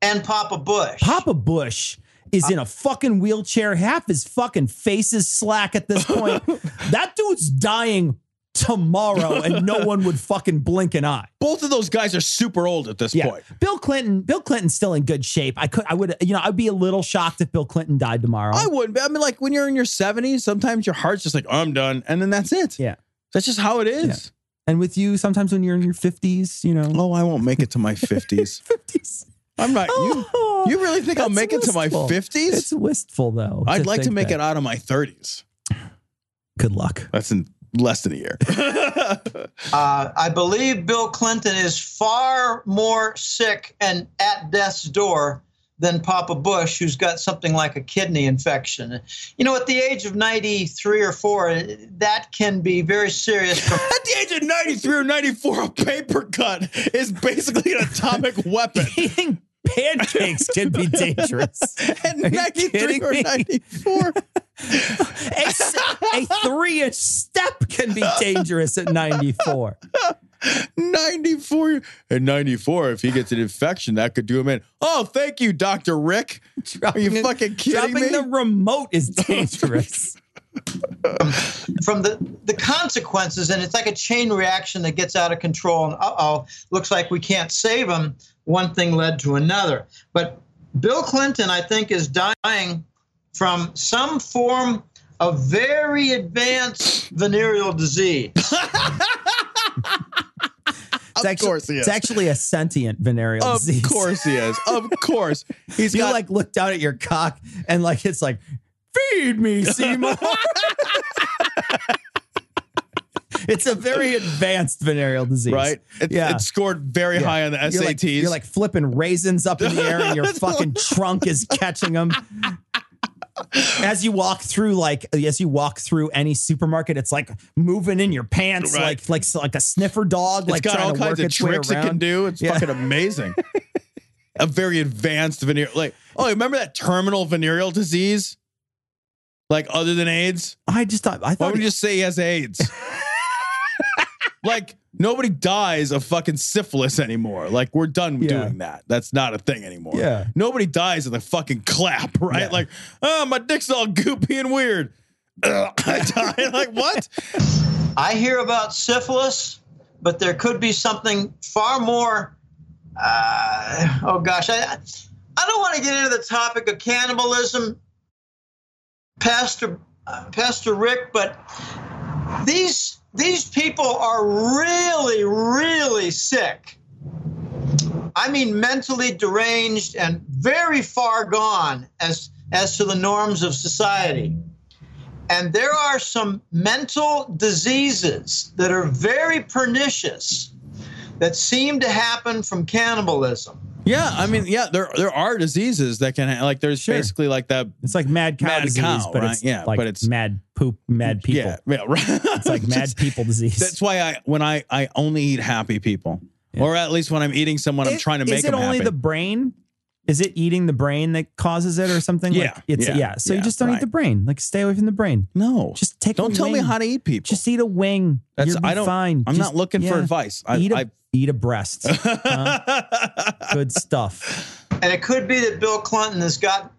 and Papa Bush. Papa Bush is in a fucking wheelchair. Half his fucking face is slack at this point. that dude's dying tomorrow and no one would fucking blink an eye. Both of those guys are super old at this point. Bill Clinton, Bill Clinton's still in good shape. I could I would you know, I'd be a little shocked if Bill Clinton died tomorrow. I wouldn't. be- I mean, like when you're in your 70s, sometimes your heart's just like, I'm done. And then that's it. Yeah. That's just how it is. And with you, sometimes when you're in your 50s, you know. Oh, I won't make it to my 50s. 50s. I'm not. Oh. you, you really think I'll make it to my 50s? It's wistful though. I'd like to think make that. it out of my 30s. Good luck. That's in less than a year. Uh, I believe Bill Clinton is far more sick and at death's door than Papa Bush, who's got something like a kidney infection. You know, at the age of 93 or 4, that can be very serious. At the age of 93 or 94, a paper cut is basically an atomic weapon. Eating pancakes can be dangerous. At Are you 93 kidding or me? 94. a, three inch step can be dangerous at 94. 94. At 94, if he gets an infection, that could do him in. Oh, thank you, Dr. Rick. Are you fucking kidding Dropping me? the remote is dangerous. from the, the consequences, and it's like a chain reaction that gets out of control. And uh oh, looks like we can't save him. One thing led to another. But Bill Clinton, I think, is dying from some form of very advanced venereal disease. It's of actually, course he It's is. actually a sentient venereal of disease. course he is. Of course. He's you got like look down at your cock and like it's like, feed me, Seymour. it's a very advanced venereal disease. right? It, it scored very Yeah. high on the SATs. You're like, you're like flipping raisins up in the air, and your That's fucking trunk is catching them. As you walk through, like as you walk through any supermarket, it's like moving in your pants, Right. like like like a sniffer dog, It's like got trying all to work kinds of its way tricks it can around. do. It's Yeah. fucking amazing. a very advanced venereal. Like, oh, remember that terminal venereal disease? Like, other than AIDS? I just thought I Why thought would you just say he has AIDS? like, nobody dies of fucking syphilis anymore. Like, we're done Yeah. doing that. That's not a thing anymore. Yeah. Nobody dies of the fucking clap, right? Yeah. Like, oh, my dick's all goopy and weird. Ugh, I die. Like, what? I hear about syphilis, but there could be something far more. Uh, oh gosh, I I don't want to get into the topic of cannibalism, Pastor uh, Pastor Rick, but these these people are really really sick. I mean, mentally deranged and very far gone as as to the norms of society. And there are some mental diseases that are very pernicious that seem to happen from cannibalism. Yeah, I mean, yeah, there there are diseases that can ha- like there's basically like that. It's like mad cow Mad disease, cow, but right? it's Yeah, like but it's- mad poop, mad people. Yeah, yeah, right. It's like mad Just- people disease. That's why I when I I only eat happy people, or at least when I'm eating someone, I'm It- trying to make Is it them only happy. the brain? Is it eating the brain that causes it or something? Like, Yeah, it's yeah, yeah. So yeah, you just don't right. eat the brain. Like stay away from the brain. No, just take. Don't tell me how to eat people. Just eat a wing. That's- You'll be I don't- Fine. I'm Just- not looking for advice. I- eat, a, I- eat a breast. Huh? Good stuff. And it could be that Bill Clinton has got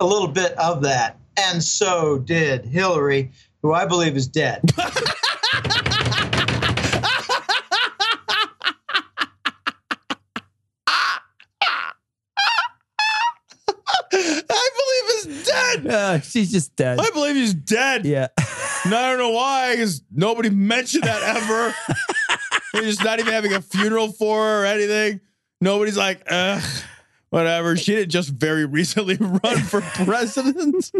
a little bit of that. And so did Hillary, who I believe is dead. I believe he's dead. Uh, she's just dead. I believe he's dead. Yeah. and I don't know why, because nobody mentioned that ever. They're just not even having a funeral for her or anything. Nobody's like, ugh, whatever. She didn't just very recently run for president.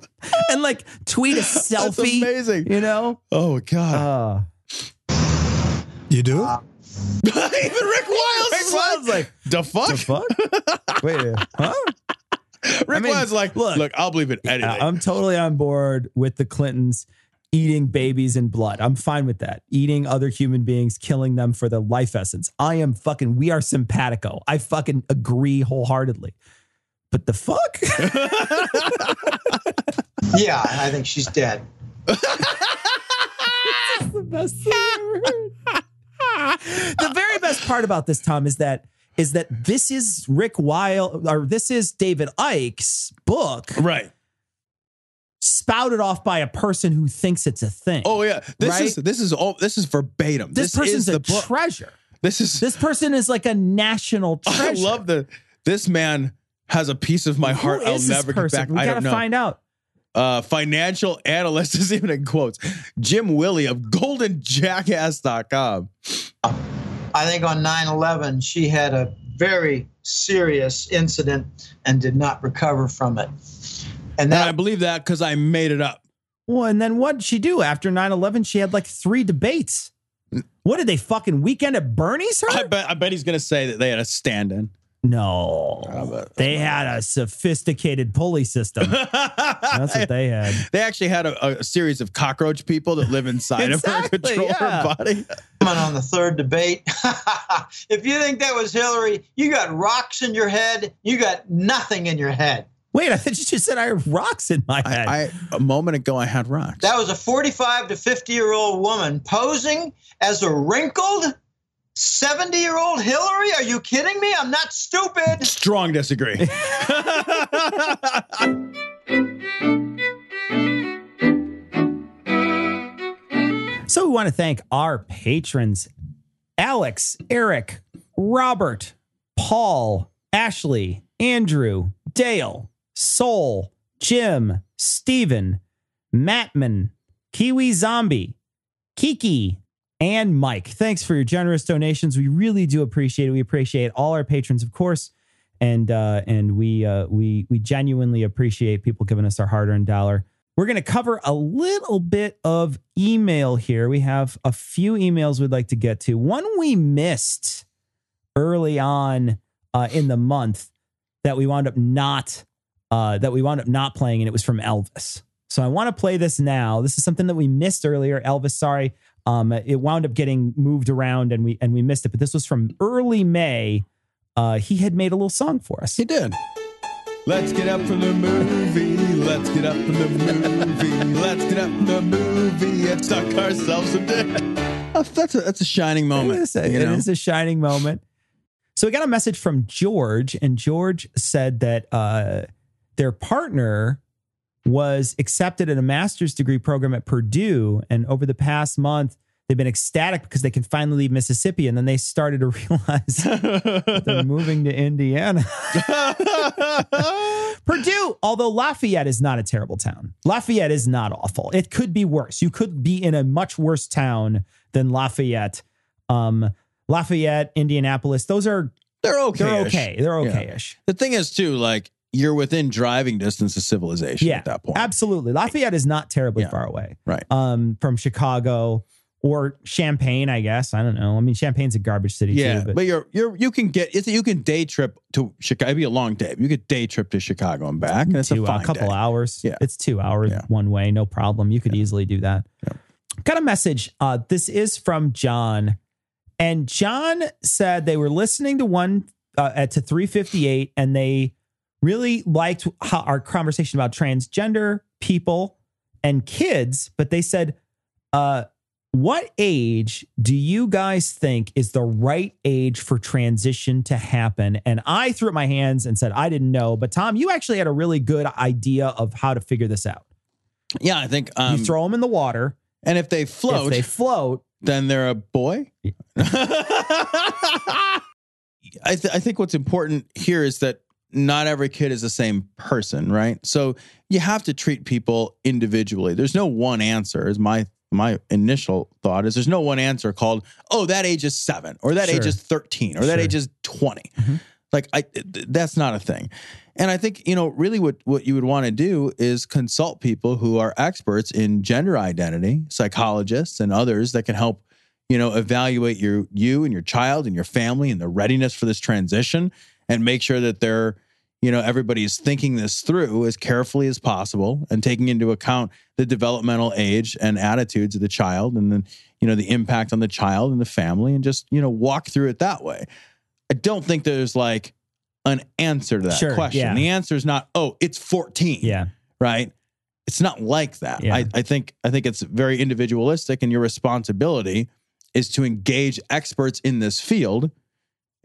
and like tweet a selfie. amazing. You know? Uh, Oh God. You do it? Even Rick Wiles is Wiles uh, like, the fuck? Wait, huh? Rick Wiles is like, look, I'll believe it anything. I- I'm totally on board with the Clintons eating babies and blood. I'm fine with that. Eating other human beings, killing them for their life essence. I am fucking, we are simpatico. I fucking agree wholeheartedly. But the fuck? yeah, I think she's dead. the best thing I ever heard. The very best part about this, Tom, is that is that this is Rick Weil or this is David Ike's book, right? Spouted off by a person who thinks it's a thing. Oh yeah, this Right? is this is all this is verbatim. This, is person's the a book. treasure. This is this person is like a national treasure. I love the this man has a piece of my heart Who I'll is this never get person? back. We I gotta don't know. find out. Uh, financial analyst is even in quotes. Jim Willie of goldenjackass.com. I think on 9 11, she had a very serious incident and did not recover from it. And that I believe that because I made it up. Well, and then what did she do after 9-11? She had like three debates. What did they fucking weekend at Bernie's her? I bet I bet he's gonna say that they had a stand-in. No. They had a sophisticated pulley system. That's what they had. They actually had a, a series of cockroach people that live inside of her, Exactly, control her yeah. body. Comment on the third debate. if you think that was Hillary, you got rocks in your head. You got nothing in your head. Wait, I thought you just said I have rocks in my head. I, a moment ago I had rocks. That was a 45 to 50 year old woman posing as a wrinkled 70 year old Hillary. Are you kidding me? I'm not stupid. Strong disagree. So we want to thank our patrons Alex, Eric, Robert, Paul, Ashley, Andrew, Dale, Soul, Jim, Steven, Mattman, Kiwi Zombie, Kiki, and Mike. Thanks for your generous donations. We really do appreciate it. We appreciate all our patrons, of course. And uh, and we uh, we we genuinely appreciate people giving us their hard-earned dollar. We're going to cover a little bit of email here. We have a few emails we'd like to get to. One we missed early on uh, in the month that we wound up not uh, that we wound up not playing, and it was from Elvis. So I want to play this now. This is something that we missed earlier. Elvis, sorry, um, it wound up getting moved around, and we and we missed it. But this was from early May. Uh, he had made a little song for us. He did. Let's get up from the movie. Let's get up from the movie. Let's get up from the movie and suck ourselves a dick. That's, that's a, that's a shining moment. It is a, you it know? is a shining moment. So we got a message from George, and George said that uh, their partner was accepted in a master's degree program at Purdue, and over the past month. They've been ecstatic because they can finally leave Mississippi, and then they started to realize that they're moving to Indiana. Purdue, although Lafayette is not a terrible town, Lafayette is not awful. It could be worse. You could be in a much worse town than Lafayette. Um, Lafayette, Indianapolis, those are They're okay. They're okay. They're okay-ish. The thing is, too, like you're within driving distance of civilization Yeah, at that point. absolutely. Lafayette is not terribly far away, right? Um, from Chicago or Champagne, I guess. I don't know. I mean, Champagne's a garbage city. Yeah, too, but, you're you're you can get it's, you can day trip to Chicago. It'd be a long day. But you could day trip to Chicago and back. And it's a, two, a fine couple day. hours. Yeah. It's two hours one way, no problem. You could easily do that. Got a message. Uh, this is from John. And John said they were listening to one uh, at to 358 and they really liked how our conversation about transgender people and kids, but they said, uh, what age do you guys think is the right age for transition to happen? And I threw up my hands and said, I didn't know. But Tom, you actually had a really good idea of how to figure this out. Yeah, I think um, you throw them in the water, and if they float, they float, then they're a boy. I, th- I think what's important here is that not every kid is the same person, right? So you have to treat people individually. There's no one answer. Is my my initial thought is there's no one answer called oh that age is seven or that age Sure. is thirteen or that Sure. age is 20 Like I, th- that's not a thing. And I think you know really what what you would want to do is consult people who are experts in gender identity, psychologists and others that can help you know evaluate your you and your child and your family and the readiness for this transition and make sure that they're you know everybody's thinking this through as carefully as possible and taking into account the developmental age and attitudes of the child and then you know the impact on the child and the family and just you know walk through it that way i don't think there's like an answer to that Sure, question yeah. the answer is not oh it's 14 yeah right it's not like that I, I think i think it's very individualistic and your responsibility is to engage experts in this field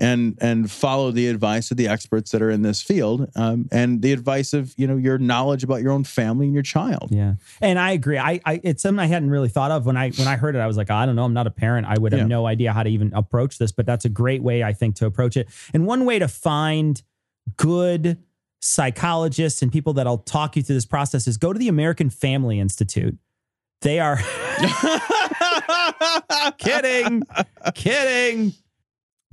and and follow the advice of the experts that are in this field um, and the advice of you know your knowledge about your own family and your child yeah And I agree. I, I it's something I hadn't really thought of when I when I heard it. I was like, I don't know. I'm not a parent. I would have Yeah. no idea how to even approach this. But that's a great way, I think, to approach it. And one way to find good psychologists and people that'll talk you through this process is go to the American Family Institute. They are kidding, kidding.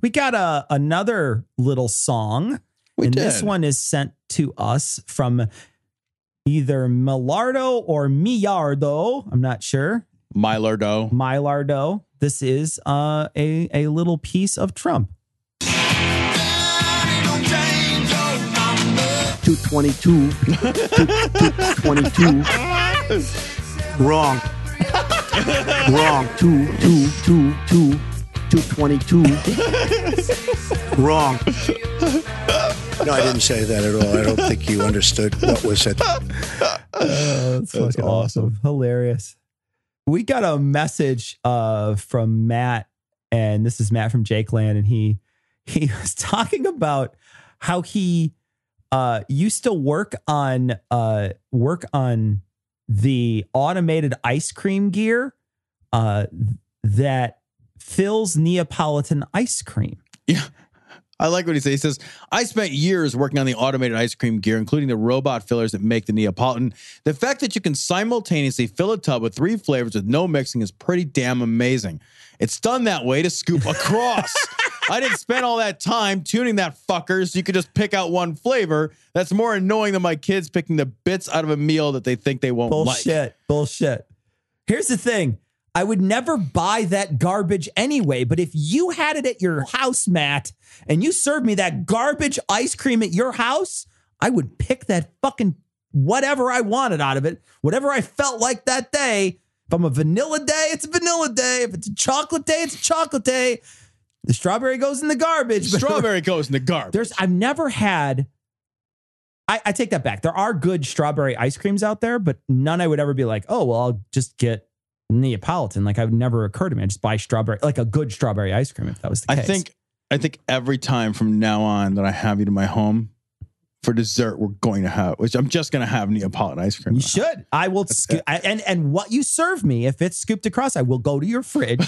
We got a another little song, and this did. one is sent to us from either Millardo or Millardo. I'm not sure. Milardo. Milardo. This is uh, a a little piece of Trump. 222. 222. Wrong. Wrong. 2, 2, 2, 2, 222. Wrong. No, I didn't say that at all. I don't think you understood what was said. Oh, that's fucking awesome. Hilarious. We got a message uh, from Matt, and this is Matt from Jake Land, and he he was talking about how he uh, used to work on uh, work on the automated ice cream gear uh, that fills Neapolitan ice cream. I like what he says. He says, I spent years working on the automated ice cream gear, including the robot fillers that make the Neapolitan. The fact that you can simultaneously fill a tub with three flavors with no mixing is pretty damn amazing. It's done that way to scoop across. I didn't spend all that time tuning that fucker so you could just pick out one flavor. That's more annoying than my kids picking the bits out of a meal that they think they won't like. Bullshit. Bullshit. Here's the thing. I would never buy that garbage anyway, but if you had it at your house, Matt, and you served me that garbage ice cream at your house, I would pick that fucking whatever I wanted out of it, whatever I felt like that day. If I'm a vanilla day, it's a vanilla day. If it's a chocolate day, it's a chocolate day. The strawberry goes in the garbage. but- Strawberry goes in the garbage. There's I've never had I, I take that back. There are good strawberry ice creams out there, but none I would ever be like, oh, well, I'll just get Neapolitan. Like I would never occur to me. I just buy strawberry, like a good strawberry ice cream if that was the I case. think I think every time from now on that I have you to my home for dessert, we're going to have which I'm just gonna have Neapolitan ice cream. you should. I will sco- I, and and what you serve me, if it's scooped across, I will go to your fridge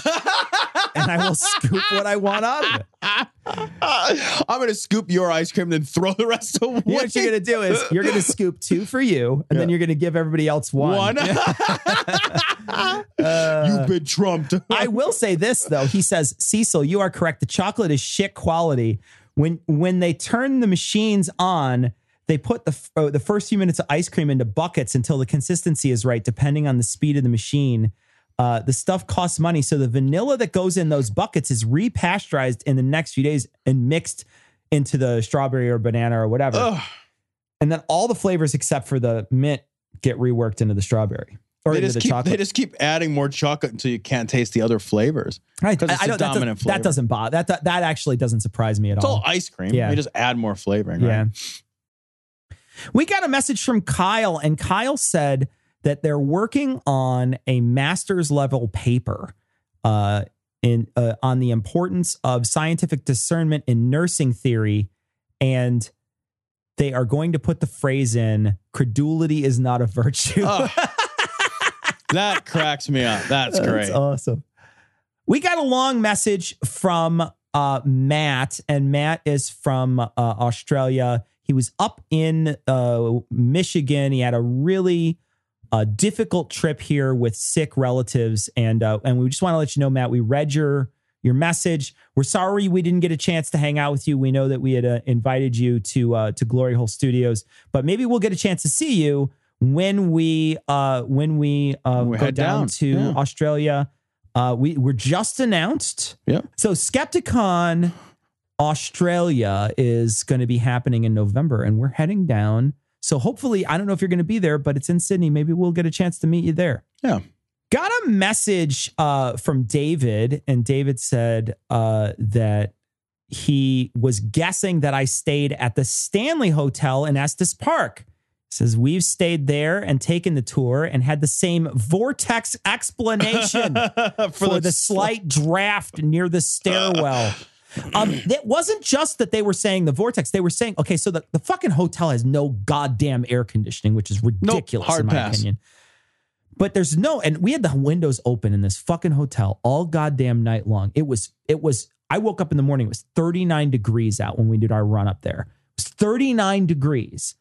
and I will scoop what I want out of it. I'm gonna scoop your ice cream, then throw the rest away. You know what you're gonna do is you're gonna scoop two for you, and then you're gonna give everybody else one. One. You've been trumped. Uh, I will say this though. He says, Cecil, you are correct. The chocolate is shit quality. When when they turn the machines on, they put the f- oh, the first few minutes of ice cream into buckets until the consistency is right, depending on the speed of the machine. Uh, the stuff costs money. So the vanilla that goes in those buckets is repasteurized in the next few days and mixed into the strawberry or banana or whatever. And then all the flavors except for the mint get reworked into the strawberry or They into just, the keep, chocolate. they just keep adding more chocolate until you can't taste the other flavors. Right. Because I- it's I a don't- that dominant doesn't, flavor. That doesn't bother. That, that that actually doesn't surprise me at It's all. all ice cream. Yeah. You just add more flavoring, Yeah. right? We got a message from Kyle, and Kyle said that they're working on a master's level paper uh, in uh, on the importance of scientific discernment in nursing theory, and they are going to put the phrase in: "Credulity is not a virtue." Oh. that cracks me up. That's That's great. awesome. We got a long message from uh, Matt, and Matt is from uh, Australia. He was up in uh, Michigan. He had a really uh, difficult trip here with sick relatives, and uh, and we just want to let you know, Matt, we read your your message. We're sorry we didn't get a chance to hang out with you. We know that we had uh, invited you to uh, to Glory Hole Studios, but maybe we'll get a chance to see you when we uh, when we uh, We go down, head down, to yeah. Australia. Uh, we were just announced. Yep. So Skepticon Australia is going to be happening in November, and we're heading down. So hopefully, I don't know if you're going to be there, but it's in Sydney. Maybe we'll get a chance to meet you there. Yeah. Got a message uh, from David, and David said uh, that he was guessing that I stayed at the Stanley Hotel in Estes Park. Says we've stayed there and taken the tour and had the same vortex explanation for, the, slight draft near the stairwell. um, it wasn't just that they were saying the vortex; they were saying, okay, so the, the fucking hotel has no goddamn air conditioning, which is ridiculous hard in my pass. opinion. But there's no, and we had the windows open in this fucking hotel all goddamn night long. It was, it was, I woke up in the morning, it was 39 degrees out when we did our run up there. It was 39 degrees.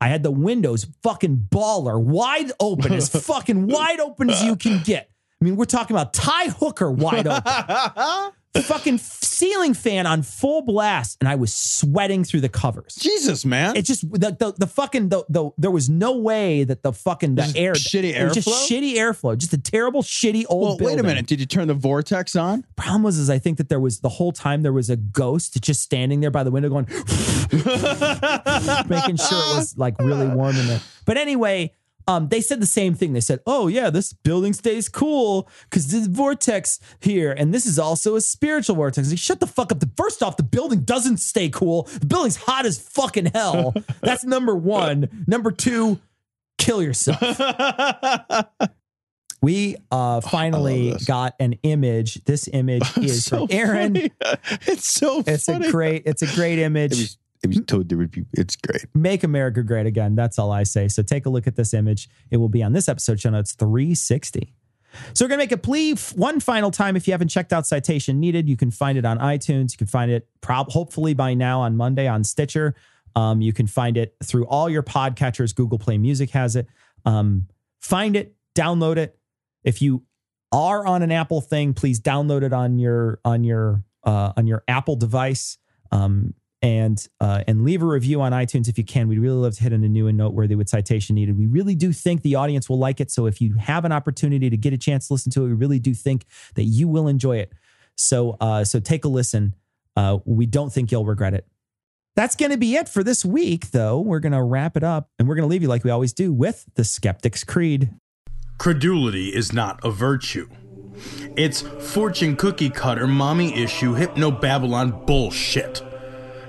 I had the windows fucking baller wide open, as fucking wide open as you can get. I mean, we're talking about Ty Hooker wide open. fucking ceiling fan on full blast, and I was sweating through the covers. Jesus, man. It just the the, the fucking the, the there was no way that the fucking the Just air shitty it was just airflow? shitty airflow, just a terrible shitty old. Well, wait a building. minute. Did you turn the vortex on? Problem was, is I think that there was the whole time there was a ghost just standing there by the window going, making sure it was like really warm in there. But anyway, um, they said the same thing. They said, "Oh yeah, this building stays cool because this vortex here, and this is also a spiritual vortex." Like, Shut the fuck up. The first off, the building doesn't stay cool. The building's hot as fucking hell. That's number one. Number two, kill yourself. We Oh, uh, finally got an image. This image is so from Aaron. funny. It's so it's funny. a great it's a great image. It was, it was told there would be. It's great. Make America great again. That's all I say. So take a look at this image. It will be on this episode show notes 360. So we're gonna make a plea f- one final time. If you haven't checked out Citation Needed, you can find it on iTunes. You can find it prob- hopefully by now on Monday on Stitcher. Um, you can find it through all your podcatchers. Google Play Music has it. Um, find it, download it. If you are on an Apple thing, please download it on your on your uh, on your Apple device. Um, and uh, and leave a review on iTunes if you can. We'd really love to hit on a new and noteworthy with citation needed. We really do think the audience will like it. So if you have an opportunity to get a chance to listen to it, we really do think that you will enjoy it. So uh, so take a listen. Uh, we don't think you'll regret it. That's going to be it for this week, though. We're going to wrap it up and we're going to leave you like we always do with the Skeptic's Creed. Credulity is not a virtue. It's fortune cookie cutter, mommy issue, hypnobabylon bullshit.